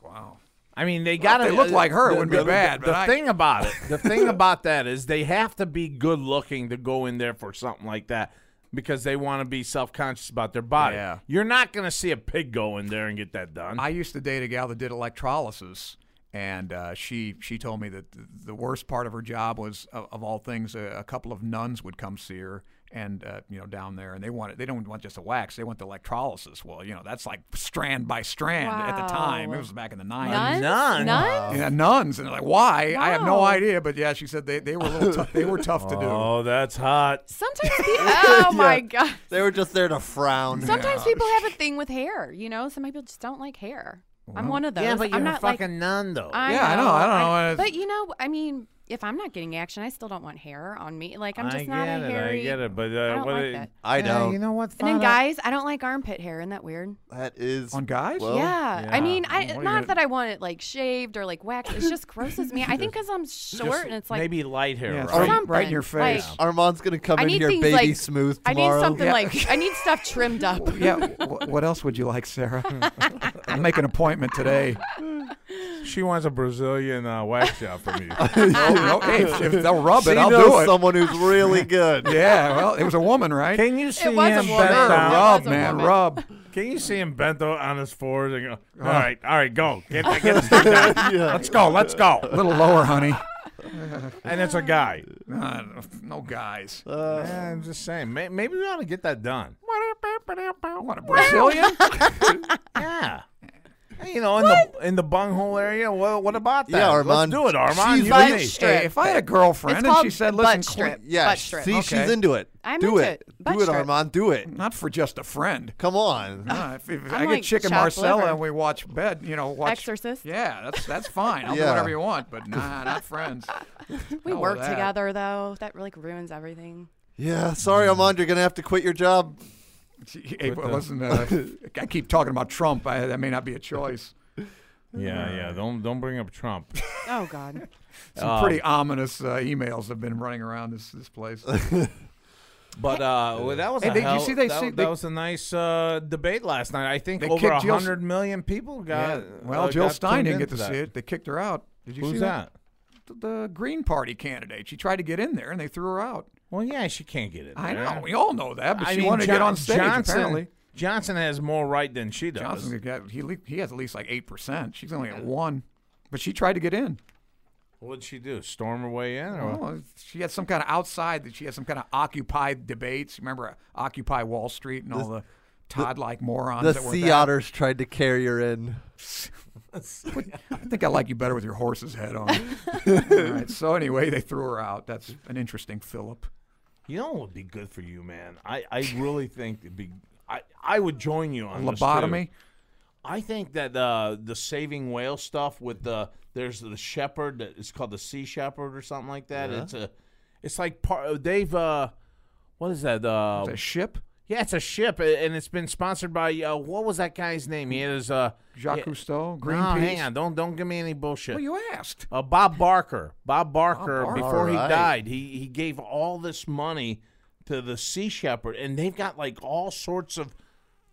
Speaker 5: Wow.
Speaker 3: I mean, they
Speaker 5: If
Speaker 3: got to
Speaker 5: they look like her, it wouldn't be bad. But
Speaker 3: the
Speaker 5: I,
Speaker 3: thing about it, the thing about that is they have to be good looking to go in there for something like that because they want to be self conscious about their body.
Speaker 5: Yeah.
Speaker 3: You're not going to see a pig go in there and get that done.
Speaker 5: I used to date a gal that did electrolysis, and uh, she she told me that th- the worst part of her job was, of, of all things, a, a couple of nuns would come see her, and uh, you know down there, and they wanted they don't want just a wax, they want the electrolysis. Well, you know that's like strand by strand at the time. It
Speaker 4: Wow.
Speaker 5: was back in the nineties.
Speaker 4: None.
Speaker 3: None?
Speaker 4: None.
Speaker 5: Yeah, nuns, and they're like, why? I have no
Speaker 4: Wow.
Speaker 5: idea, but yeah, she said they, they were a little tough. they were tough to do.
Speaker 3: oh, that's hot.
Speaker 4: Sometimes. People, oh my god.
Speaker 6: They were just there to frown.
Speaker 4: Sometimes people have a thing with hair. You know, some people just don't like hair. I'm one of those. I'm not like
Speaker 3: none though.
Speaker 4: I
Speaker 5: Yeah, I know, I don't know, it's-
Speaker 4: but you know, I mean, if I'm not getting action, I still don't want hair on me. Like I'm just
Speaker 3: get
Speaker 4: not
Speaker 3: it.
Speaker 4: a hairy.
Speaker 3: I get it. But uh,
Speaker 4: don't
Speaker 3: what
Speaker 4: like
Speaker 3: it-
Speaker 4: that.
Speaker 6: I
Speaker 3: Yeah,
Speaker 6: don't.
Speaker 3: You know what?
Speaker 4: And then
Speaker 3: Fana?
Speaker 4: guys, I don't like armpit hair. Isn't that weird?
Speaker 6: That is
Speaker 5: On guys?
Speaker 6: Well,
Speaker 4: yeah.
Speaker 3: yeah.
Speaker 4: I mean, I
Speaker 5: What are you
Speaker 4: not
Speaker 5: gonna-
Speaker 4: that I want it like shaved or like waxed. It just grosses me. I think because I'm short
Speaker 3: Just
Speaker 4: and it's like
Speaker 3: maybe light hair.
Speaker 5: Yeah, it's
Speaker 3: right?
Speaker 5: right, right in your
Speaker 4: Something, like-
Speaker 5: face.
Speaker 6: Armand's gonna come
Speaker 4: I
Speaker 6: in
Speaker 4: need
Speaker 6: here,
Speaker 4: things
Speaker 6: baby
Speaker 4: like
Speaker 6: smooth
Speaker 4: I need
Speaker 6: tomorrow.
Speaker 4: something
Speaker 5: Yeah.
Speaker 4: like I need stuff trimmed up.
Speaker 5: yeah. wh- What else would you like, Sarah? I'll make an appointment today.
Speaker 3: She wants a Brazilian uh, wax job from you.
Speaker 5: Oh, no, hey, if, if they'll rub
Speaker 6: she
Speaker 5: it, I'll
Speaker 6: knows
Speaker 5: do it.
Speaker 6: someone who's really good.
Speaker 5: Yeah, well, it was a woman, right?
Speaker 3: Can you see
Speaker 4: It was a
Speaker 3: him
Speaker 4: woman.
Speaker 3: bent
Speaker 4: Sure,
Speaker 3: down?
Speaker 4: Rob.
Speaker 5: rub,
Speaker 4: was a
Speaker 5: man,
Speaker 4: woman.
Speaker 5: rub.
Speaker 3: Can you see him bent o- on his fours and go? All
Speaker 5: Uh-huh.
Speaker 3: right, all right, go get that, get this down. Let's go, let's
Speaker 5: A
Speaker 3: go.
Speaker 5: little lower, honey.
Speaker 3: And it's a guy.
Speaker 5: Uh, no guys.
Speaker 4: Uh,
Speaker 3: Yeah, I'm just saying. May- maybe we ought to get that done.
Speaker 5: What a Brazilian?
Speaker 3: Yeah. Hey, You know, in the in the bunghole area. Well, what about that?
Speaker 6: Yeah,
Speaker 3: Let's
Speaker 6: Armand.
Speaker 3: do it, Armand.
Speaker 6: She's
Speaker 3: You and
Speaker 4: butt
Speaker 3: me.
Speaker 4: sh-
Speaker 5: hey, if I had a girlfriend
Speaker 4: It's
Speaker 5: and
Speaker 4: called
Speaker 5: she said,
Speaker 4: butt
Speaker 5: "Listen,
Speaker 4: strip.
Speaker 5: Clint,
Speaker 6: Yeah,
Speaker 4: Butt
Speaker 6: sh-
Speaker 4: strip.
Speaker 6: see, she's
Speaker 5: Okay.
Speaker 6: into it.
Speaker 4: I'm
Speaker 6: do
Speaker 4: into
Speaker 6: it.
Speaker 4: it. Butt
Speaker 6: do it,
Speaker 4: strip. Mm.
Speaker 6: Armand. Do it.
Speaker 5: not for just a friend."
Speaker 6: Come on.
Speaker 5: Uh, if if I
Speaker 4: I'm
Speaker 5: get
Speaker 4: like
Speaker 5: Chick and
Speaker 4: chopped
Speaker 5: Marcella
Speaker 4: liver.
Speaker 5: and we watch bed, you know, watch.
Speaker 4: Exorcist.
Speaker 5: Yeah, that's that's fine. I'll do
Speaker 6: Yeah.
Speaker 5: whatever you want, but nah, not friends.
Speaker 4: We
Speaker 5: Hell with
Speaker 4: work
Speaker 5: that.
Speaker 4: together though. That like ruins everything.
Speaker 6: Yeah, sorry, Armand. You're gonna have to quit your job.
Speaker 5: Hey, well, listen, uh, I keep talking about Trump. I, that may not be a choice.
Speaker 3: Yeah, yeah. Don't don't bring up Trump.
Speaker 4: Oh God.
Speaker 5: Some
Speaker 3: Oh.
Speaker 5: pretty ominous uh, emails have been running around this this place.
Speaker 3: But uh, well, that was
Speaker 5: Hey,
Speaker 3: a
Speaker 5: they- you
Speaker 3: hell,
Speaker 5: see they-
Speaker 3: that,
Speaker 5: see
Speaker 3: that
Speaker 5: they-
Speaker 3: was a nice uh, debate last night. I think
Speaker 5: They
Speaker 3: over
Speaker 5: kicked Jill-
Speaker 3: hundred million people got.
Speaker 5: yeah. Well,
Speaker 3: uh,
Speaker 5: Jill
Speaker 3: got
Speaker 5: Stein
Speaker 3: tuned
Speaker 5: didn't get
Speaker 3: into
Speaker 5: to
Speaker 3: that.
Speaker 5: see it. They kicked her out. Did you see
Speaker 3: Who's
Speaker 5: that?
Speaker 3: that?
Speaker 5: The- The Green Party candidate. She tried to get in there and they threw her out.
Speaker 3: Well, yeah, she can't get it.
Speaker 5: I know. We all know that, but
Speaker 3: I
Speaker 5: she
Speaker 3: mean,
Speaker 5: wanted to get
Speaker 3: Jo-
Speaker 5: on stage.
Speaker 3: Johnson,
Speaker 5: apparently,
Speaker 3: Johnson has more right than she does.
Speaker 5: Johnson got, he le- he has at least like eight percent. She's only at one, but she tried to get in.
Speaker 3: What'd she do? Storm her way in? Or what?
Speaker 5: Oh, she had some kind of outside that she had some kind of Occupy debates. Remember uh, Occupy Wall Street and all the Todd-like morons.
Speaker 6: The
Speaker 5: that were
Speaker 6: sea
Speaker 5: there?
Speaker 6: otters tried to carry her in.
Speaker 5: I think I like you better with your horse's head on. all right. So anyway, they threw her out. That's an interesting Philip.
Speaker 3: You know what would be good for you, man? I, I really think it'd be. I, I would join you on this, too.
Speaker 5: Lobotomy.
Speaker 3: I think that uh, the saving whale stuff with the there's the shepherd that it's called the sea shepherd or something like that. It's a it's like part they've uh what is that uh
Speaker 5: It's a ship.
Speaker 3: yeah it's a ship a- and it's been sponsored by uh, what was that guy's name? He is uh
Speaker 5: Jacques
Speaker 3: yeah-
Speaker 5: Cousteau,
Speaker 3: No,
Speaker 5: Greenpeace.
Speaker 3: hang on, don't don't give me any bullshit.
Speaker 5: Well, you asked.
Speaker 3: Uh, Bob Barker. Bob Barker,
Speaker 5: Barker.
Speaker 3: before he
Speaker 6: Alright.
Speaker 3: died, he, he gave all this money to the Sea Shepherd, and they've got like all sorts of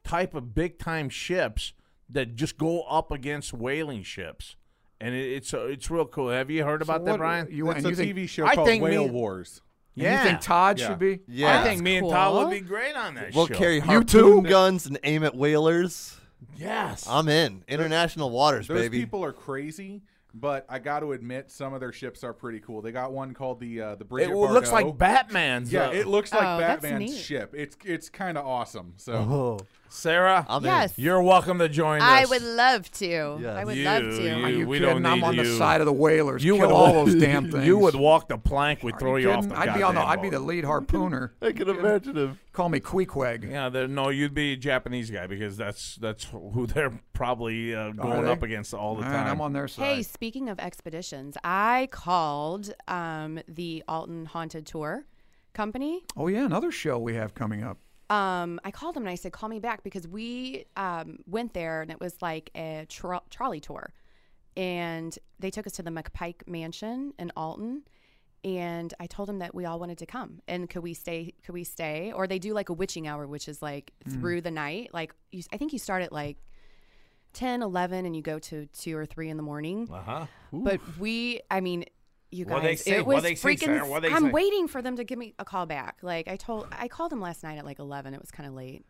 Speaker 3: type of big time ships that just go up against whaling ships, and it, it's uh, it's real cool. Have you heard about that,
Speaker 5: what-
Speaker 3: Brian?
Speaker 5: You want
Speaker 7: it's a
Speaker 5: you think,
Speaker 7: TV show
Speaker 3: I
Speaker 7: called
Speaker 3: think me-
Speaker 7: Whale Wars.
Speaker 5: and You think Todd
Speaker 7: Yeah.
Speaker 5: should be?
Speaker 6: Yeah.
Speaker 3: I think me and Todd would
Speaker 4: cool.
Speaker 3: be great on that
Speaker 6: We'll
Speaker 3: show.
Speaker 6: carry
Speaker 5: two?
Speaker 6: harpoon guns and aim at whalers.
Speaker 3: yes.
Speaker 6: I'm in. International waters,
Speaker 7: Those
Speaker 6: baby.
Speaker 7: people are crazy, but I got to admit, some of their ships are pretty cool. They got one called the uh, the
Speaker 3: it
Speaker 7: Bridget.
Speaker 3: looks
Speaker 7: Bardot.
Speaker 3: like Batman's.
Speaker 7: Yeah,
Speaker 3: uh,
Speaker 7: it looks like
Speaker 4: Oh, that's
Speaker 7: Batman's
Speaker 4: neat.
Speaker 7: ship. It's it's kind of awesome. So
Speaker 6: oh,
Speaker 3: Sarah,
Speaker 6: I'm
Speaker 4: Yes.
Speaker 3: you're welcome to join
Speaker 4: I
Speaker 3: us.
Speaker 4: would love to.
Speaker 6: Yes.
Speaker 4: I would
Speaker 3: You-
Speaker 4: love to.
Speaker 5: Are
Speaker 3: you-
Speaker 5: you
Speaker 3: we
Speaker 5: kidding?
Speaker 3: don't
Speaker 5: I'm
Speaker 3: need
Speaker 5: on the
Speaker 3: you.
Speaker 5: side of the whalers.
Speaker 3: You
Speaker 5: Kill
Speaker 3: would
Speaker 5: all those damn things.
Speaker 3: You would walk the plank. We
Speaker 5: Are
Speaker 3: throw you,
Speaker 5: kidding?
Speaker 3: off the
Speaker 5: I'd be on the.
Speaker 3: goddamn
Speaker 5: I'd be
Speaker 3: boat.
Speaker 5: the lead harpooner.
Speaker 6: in. I can imagine him.
Speaker 5: Call me Queequeg.
Speaker 3: Yeah, they're- no, you'd be a Japanese guy because that's that's who they're probably uh, going
Speaker 5: they?
Speaker 3: up against all the
Speaker 5: Oh, All
Speaker 3: time.
Speaker 5: right, I'm on their side.
Speaker 4: Hey, speaking of expeditions, I called um, the Alton Haunted Tour company.
Speaker 5: Oh yeah, another show we have coming up.
Speaker 4: Um, I called them and I said, "Call me back," because we um, went there and it was like a tro- trolley tour, and they took us to the McPike Mansion in Alton. And I told them that we all wanted to come, and could we stay? Could we stay? Or they do like a witching hour, which is like through the night. Like you, I think you start at like 10, 11, and you go to two or three in the morning.
Speaker 3: Uh-huh.
Speaker 4: But we, I mean, you guys,
Speaker 3: What'd they say?
Speaker 4: it was
Speaker 3: What'd they say,
Speaker 4: freaking.
Speaker 3: Sarah? What'd they
Speaker 4: I'm
Speaker 3: say?
Speaker 4: waiting for them to give me a call back. Like I told, I called them last night at like 11. It was kind of late.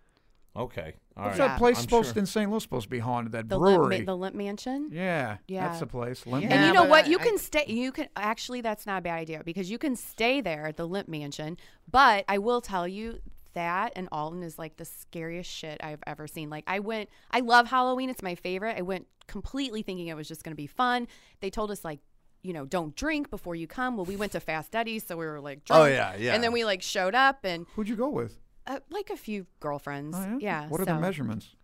Speaker 3: Okay. All
Speaker 5: What's
Speaker 3: right.
Speaker 5: that place
Speaker 3: I'm
Speaker 5: supposed
Speaker 3: sure.
Speaker 5: in St. Louis supposed to be haunted? That
Speaker 4: The Limp,
Speaker 5: brewery.
Speaker 4: Ma- the Limp Mansion.
Speaker 5: yeah,
Speaker 4: Yeah.
Speaker 5: that's the place. Lim-
Speaker 4: And
Speaker 3: Yeah,
Speaker 4: you know
Speaker 3: but
Speaker 4: what?
Speaker 3: I-
Speaker 4: you
Speaker 3: I-
Speaker 4: can stay. You can actually. That's not a bad idea because you can stay there at the Limp Mansion. But I will tell you that and Alton is like the scariest shit I've ever seen. Like I went. I love Halloween. It's my favorite. I went completely thinking it was just going to be fun. They told us like. You know, don't drink before you come. Well, we went to Fast Eddie's, so we were like drunk.
Speaker 6: Oh, yeah, yeah.
Speaker 4: And then we like showed up and
Speaker 5: Who'd you go with?
Speaker 4: uh, like a few girlfriends.
Speaker 5: Oh,
Speaker 4: yeah.
Speaker 5: What are
Speaker 4: so.
Speaker 5: the measurements?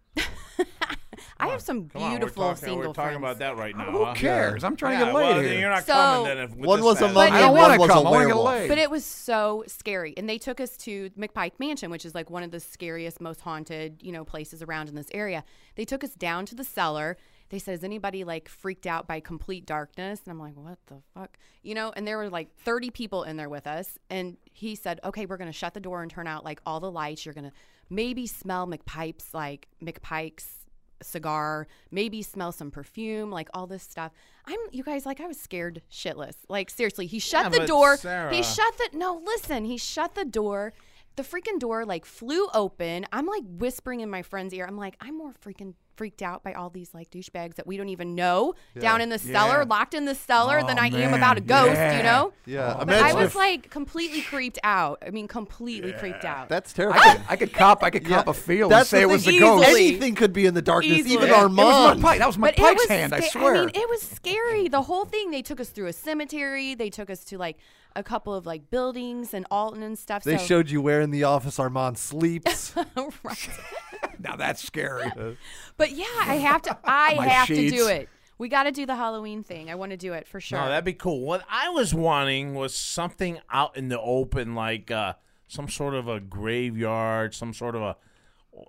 Speaker 4: I have some
Speaker 3: Come on, we're
Speaker 4: beautiful
Speaker 3: talking-
Speaker 4: single
Speaker 3: We're talking
Speaker 4: friends.
Speaker 3: about that right now. huh?
Speaker 5: Who cares? I'm trying
Speaker 3: Yeah,
Speaker 5: to get laid
Speaker 3: well,
Speaker 5: here.
Speaker 3: then You're not
Speaker 4: So-
Speaker 3: coming then. If, with
Speaker 6: One
Speaker 3: this
Speaker 6: was a
Speaker 3: attitude.
Speaker 6: monkey,
Speaker 4: But it
Speaker 6: and
Speaker 4: was-
Speaker 6: one was
Speaker 5: Come,
Speaker 6: a
Speaker 5: I wanna get
Speaker 6: werewolf.
Speaker 5: laid.
Speaker 4: But it was so scary. And they took us to McPike Mansion, which is like one of the scariest, most haunted, you know, places around in this area. They took us down to the cellar. They said, Is anybody like freaked out by complete darkness? And I'm like, What the fuck? You know, and there were like 30 people in there with us. And he said, Okay, we're going to shut the door and turn out like all the lights. You're going to maybe smell McPike's, like McPike's cigar, maybe smell some perfume, like all this stuff. I'm, you guys, like I was scared shitless. Like seriously, he shut
Speaker 3: Yeah,
Speaker 4: the
Speaker 3: but
Speaker 4: door.
Speaker 3: Sarah-
Speaker 4: He shut the no. Listen, he shut the door. The freaking door like flew open. I'm like whispering in my friend's ear. I'm like, I'm more freaking freaked out by all these like douchebags that we don't even know down in the cellar, locked in the cellar, than
Speaker 5: Oh,
Speaker 4: I am
Speaker 5: man,
Speaker 4: about a ghost.
Speaker 5: yeah.
Speaker 4: You know.
Speaker 6: Yeah,
Speaker 4: But I
Speaker 6: imagine
Speaker 4: was
Speaker 6: if
Speaker 4: like completely creeped out. I mean, completely creeped out.
Speaker 6: that's
Speaker 5: I
Speaker 6: terrifying.
Speaker 5: could, I could cop. I could cop a feel
Speaker 6: That's
Speaker 5: and say
Speaker 6: the
Speaker 5: it was
Speaker 6: thing.
Speaker 5: the ghost.
Speaker 4: Easily.
Speaker 6: Anything could be in the darkness,
Speaker 4: Easily.
Speaker 6: even
Speaker 4: Yeah.
Speaker 6: our
Speaker 5: It was
Speaker 6: mom.
Speaker 5: McPike. That was
Speaker 4: But it
Speaker 5: McPike's
Speaker 4: was
Speaker 5: hand. I
Speaker 4: sca-
Speaker 5: swear.
Speaker 4: I mean, it was scary. The whole thing. They took us through a cemetery. They took us to like a couple of like buildings and Alton and stuff.
Speaker 6: They
Speaker 4: so,
Speaker 6: showed you where in the office Armand sleeps.
Speaker 4: right.
Speaker 5: now that's scary.
Speaker 4: But yeah, I have to. I
Speaker 5: My
Speaker 4: have to
Speaker 5: sheets.
Speaker 4: do it. We got to do the Halloween thing. I want to do it for sure.
Speaker 3: No, that'd be cool. What I was wanting was something out in the open, like uh, some sort of a graveyard, some sort of a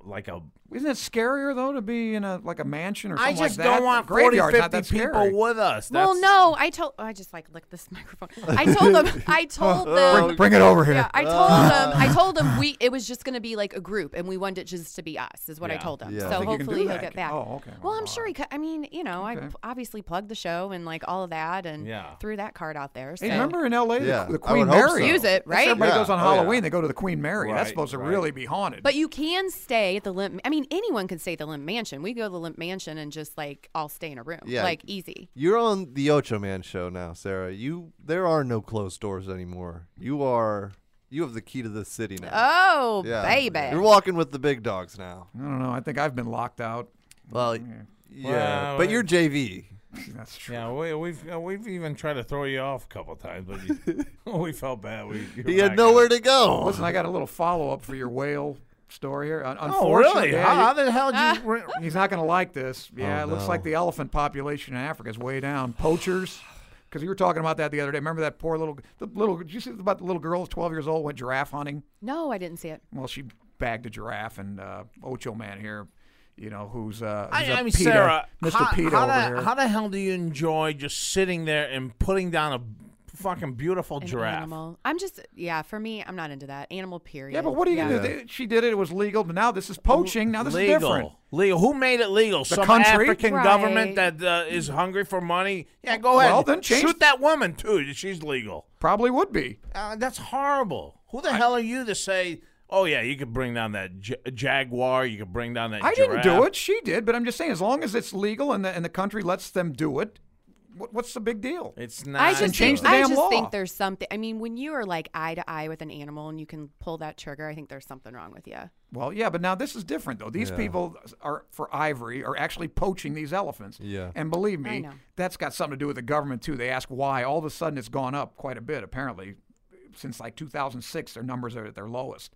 Speaker 3: like a
Speaker 5: Isn't it scarier though to be in a like a mansion or
Speaker 3: I
Speaker 5: something
Speaker 3: just
Speaker 5: like that?
Speaker 3: don't want 40,
Speaker 5: Graveyard's
Speaker 3: 50
Speaker 5: not that
Speaker 3: people
Speaker 5: scary.
Speaker 3: with us.
Speaker 4: well,
Speaker 3: That's-
Speaker 4: no, I told. Oh, I just like licked this microphone. I told them. I told them.
Speaker 5: Bring, bring it over here.
Speaker 4: Yeah, I told them. I told them we. It was just going to be like a group, and we wanted it just to be us. Is what I
Speaker 7: Yeah.
Speaker 4: told them.
Speaker 6: Yeah. I
Speaker 4: So
Speaker 5: think you can do
Speaker 4: hopefully he'll
Speaker 5: that.
Speaker 4: get back.
Speaker 5: Oh, okay.
Speaker 4: Well, I'm sure he. Could, I mean, you know, I
Speaker 5: Okay.
Speaker 4: p- obviously plugged the show and like all of that, and
Speaker 3: Yeah.
Speaker 4: threw that card out there. So
Speaker 5: Hey, remember in L.A. the-
Speaker 6: Yeah,
Speaker 5: the,
Speaker 6: I
Speaker 5: Queen
Speaker 6: would hope
Speaker 5: Mary?
Speaker 6: so.
Speaker 4: use it,
Speaker 5: That's
Speaker 4: right?
Speaker 5: Everybody
Speaker 6: Yeah.
Speaker 5: goes on
Speaker 6: Oh, yeah.
Speaker 5: Halloween. They go to the Queen Mary.
Speaker 3: Right,
Speaker 5: That's supposed to
Speaker 3: right.
Speaker 5: really be haunted.
Speaker 4: But you can stay at the limp. I mean, anyone can stay at the limp mansion. We go to the limp mansion and just like all stay in a room,
Speaker 6: Yeah.
Speaker 4: like easy.
Speaker 6: You're on the Ocho Man show now, Sarah. You there are no closed doors anymore. You are you have the key to the city now.
Speaker 4: Oh,
Speaker 6: Yeah.
Speaker 4: baby.
Speaker 6: You're walking with the big dogs now.
Speaker 5: I don't know. I think I've been locked out.
Speaker 6: Well, yeah,
Speaker 3: Well,
Speaker 6: but you're JV.
Speaker 5: That's true.
Speaker 3: Yeah, we, we've uh, we've even tried to throw you off a couple times, but you, we felt bad. We you
Speaker 6: He
Speaker 3: were
Speaker 6: had
Speaker 3: back
Speaker 6: nowhere
Speaker 3: out.
Speaker 6: to go.
Speaker 5: Listen, I got a little follow up for your whale story here. Un-
Speaker 3: Oh, really?
Speaker 5: unfortunately- yeah,
Speaker 3: how,
Speaker 5: you-
Speaker 3: how the hell did you? re-
Speaker 5: He's not going to like this. Yeah,
Speaker 6: Oh,
Speaker 5: it looks
Speaker 6: no.
Speaker 5: like the elephant population in Africa is way down. Poachers, because you were talking about that the other day. Remember that poor little, the little? Did you see about the little girl, twelve years old, went giraffe hunting?
Speaker 4: No, I didn't see it.
Speaker 5: Well, she bagged a giraffe, and uh, Ocho Man here, you know, who's uh,
Speaker 3: I,
Speaker 5: who's a
Speaker 3: I mean,
Speaker 5: PETA,
Speaker 3: Sarah,
Speaker 5: Mr.
Speaker 3: How,
Speaker 5: PETA
Speaker 3: how
Speaker 5: over
Speaker 3: the,
Speaker 5: here.
Speaker 3: how the hell do you enjoy just sitting there and putting down a fucking beautiful
Speaker 4: An
Speaker 3: giraffe?
Speaker 4: Animal. I'm just yeah. For me, I'm not into that animal. Period.
Speaker 5: yeah, but what are you
Speaker 4: Yeah.
Speaker 5: going to do? She did it; it was legal, but now this is poaching. Now this
Speaker 3: legal.
Speaker 5: is different.
Speaker 3: Legal. Who made it legal? Some
Speaker 5: country?
Speaker 3: African
Speaker 4: Right.
Speaker 3: government that uh, is hungry for money. Yeah, go ahead.
Speaker 5: Well, then change-
Speaker 3: shoot that woman too. She's legal.
Speaker 5: Probably would be.
Speaker 3: Uh, that's horrible. Who the hell are you to say? Oh yeah, you could bring down that j- jaguar. You could bring down that.
Speaker 5: I didn't do
Speaker 3: giraffe."
Speaker 5: it; she did. But I'm just saying, as long as it's legal and the and the country lets them do it, what, what's the big deal?
Speaker 3: It's not.
Speaker 4: I just,
Speaker 5: change
Speaker 4: think,
Speaker 5: the
Speaker 4: I
Speaker 5: damn
Speaker 4: just
Speaker 5: law.
Speaker 4: think there's something. I mean, when you are like eye to eye with an animal and you can pull that trigger, I think there's something wrong with you.
Speaker 5: Well, yeah, but now this is different though. These people are for ivory are actually poaching these elephants.
Speaker 6: Yeah.
Speaker 5: And believe
Speaker 4: I
Speaker 5: me,
Speaker 4: know.
Speaker 5: that's got something to do with the government too. They ask why. All of a sudden, it's gone up quite a bit. Apparently, since like 2006, their numbers are at their lowest.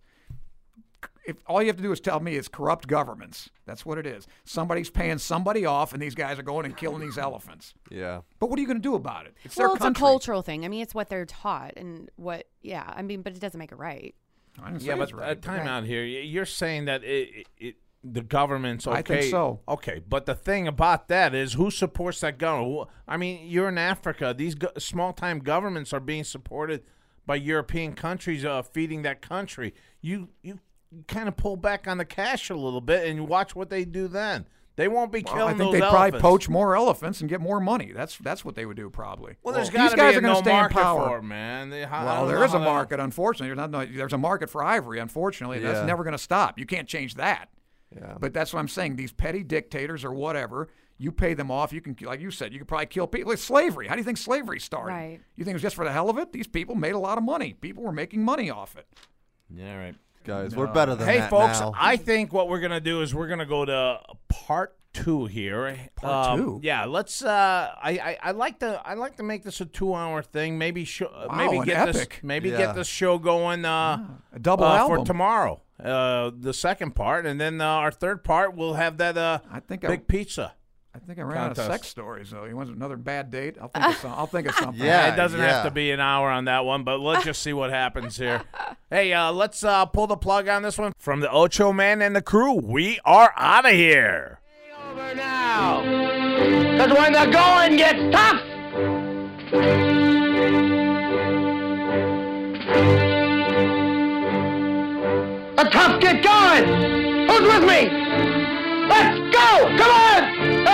Speaker 5: If all you have to do is tell me it's corrupt governments, that's what it is. Somebody's paying somebody off, and these guys are going and killing these elephants.
Speaker 6: Yeah.
Speaker 5: But what are you going to do about it? It's
Speaker 4: well,
Speaker 5: their
Speaker 4: it's
Speaker 5: country.
Speaker 4: a cultural thing. I mean, it's what they're taught and what. Yeah, I mean, but it doesn't make it right.
Speaker 5: I didn't say
Speaker 3: Yeah,
Speaker 5: it's
Speaker 3: but
Speaker 5: right.
Speaker 3: uh, time out here. Y- You're saying that it, it, it the government's okay.
Speaker 5: I think so.
Speaker 3: Okay, but the thing about that is who supports that government? Wh- I mean, you're in Africa. These go- small-time governments are being supported by European countries uh, feeding that country. You you kind of pull back on the cash a little bit and watch what they do then. They won't be
Speaker 5: Well,
Speaker 3: killing
Speaker 5: I think
Speaker 3: those
Speaker 5: they'd probably
Speaker 3: elephants.
Speaker 5: poach more elephants and get more money. That's that's what they would do probably.
Speaker 3: Well, there's
Speaker 5: these
Speaker 3: got to
Speaker 5: guys
Speaker 3: be a
Speaker 5: are going to
Speaker 3: no
Speaker 5: stay in
Speaker 3: market
Speaker 5: power.
Speaker 3: for it, man. They- how- I
Speaker 5: Well,
Speaker 3: don't
Speaker 5: there
Speaker 3: know
Speaker 5: is a
Speaker 3: how that-
Speaker 5: market, unfortunately. There's, not, no, there's a market for ivory, unfortunately. and That's
Speaker 6: Yeah.
Speaker 5: never going to stop. You can't change that.
Speaker 6: Yeah.
Speaker 5: But that's what I'm saying. These petty dictators or whatever, you pay them off. You can, like you said, you could probably kill people. It's slavery. How do you think slavery started?
Speaker 4: Right.
Speaker 5: You think it was just for the hell of it? These people made a lot of money. People were making money off it.
Speaker 3: Yeah, right.
Speaker 6: Guys, we're better than
Speaker 3: Hey,
Speaker 6: that
Speaker 3: folks,
Speaker 6: now.
Speaker 3: I think what we're gonna do is we're gonna go to part two here. Um,
Speaker 5: Part two?
Speaker 3: yeah. Let's. Uh, I, I I like to I like to make this a two hour thing. Maybe show. uh,
Speaker 5: Wow,
Speaker 3: maybe
Speaker 5: an
Speaker 3: get
Speaker 5: epic.
Speaker 3: this. Maybe
Speaker 6: Yeah.
Speaker 3: get this show going. Uh,
Speaker 5: A double
Speaker 3: uh,
Speaker 5: album.
Speaker 3: for tomorrow. Uh, the second part, and then uh, our third part, we'll have that. Uh,
Speaker 5: I think I-
Speaker 3: big pizza.
Speaker 5: I think I ran out of
Speaker 3: Contest.
Speaker 5: sex stories, though. You want another bad date? I'll think of, some, I'll think of something.
Speaker 6: Yeah.
Speaker 3: it doesn't
Speaker 6: yeah.
Speaker 3: have to be an hour on that one, but let's just see what happens here. Hey, uh, let's uh, pull the plug on this one from the Ocho Man and the crew. We are out of here.
Speaker 8: over now. Because when the going gets tough, the tough get going. Who's with me? Let's go! Come on! Ah!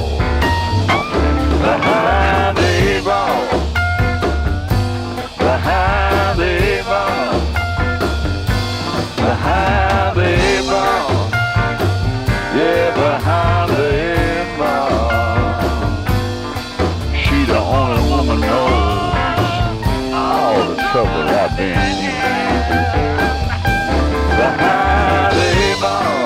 Speaker 2: Behind the eight ball. Behind the eight ball. Behind the eight ball. Yeah, behind the eight ball. She the only woman knows all the trouble I've been in. Behind the eight ball.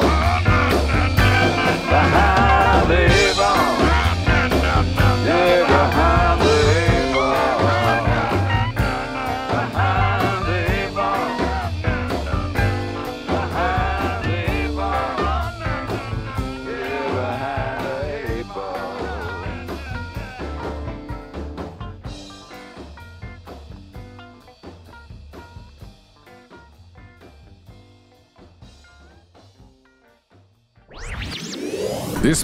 Speaker 7: This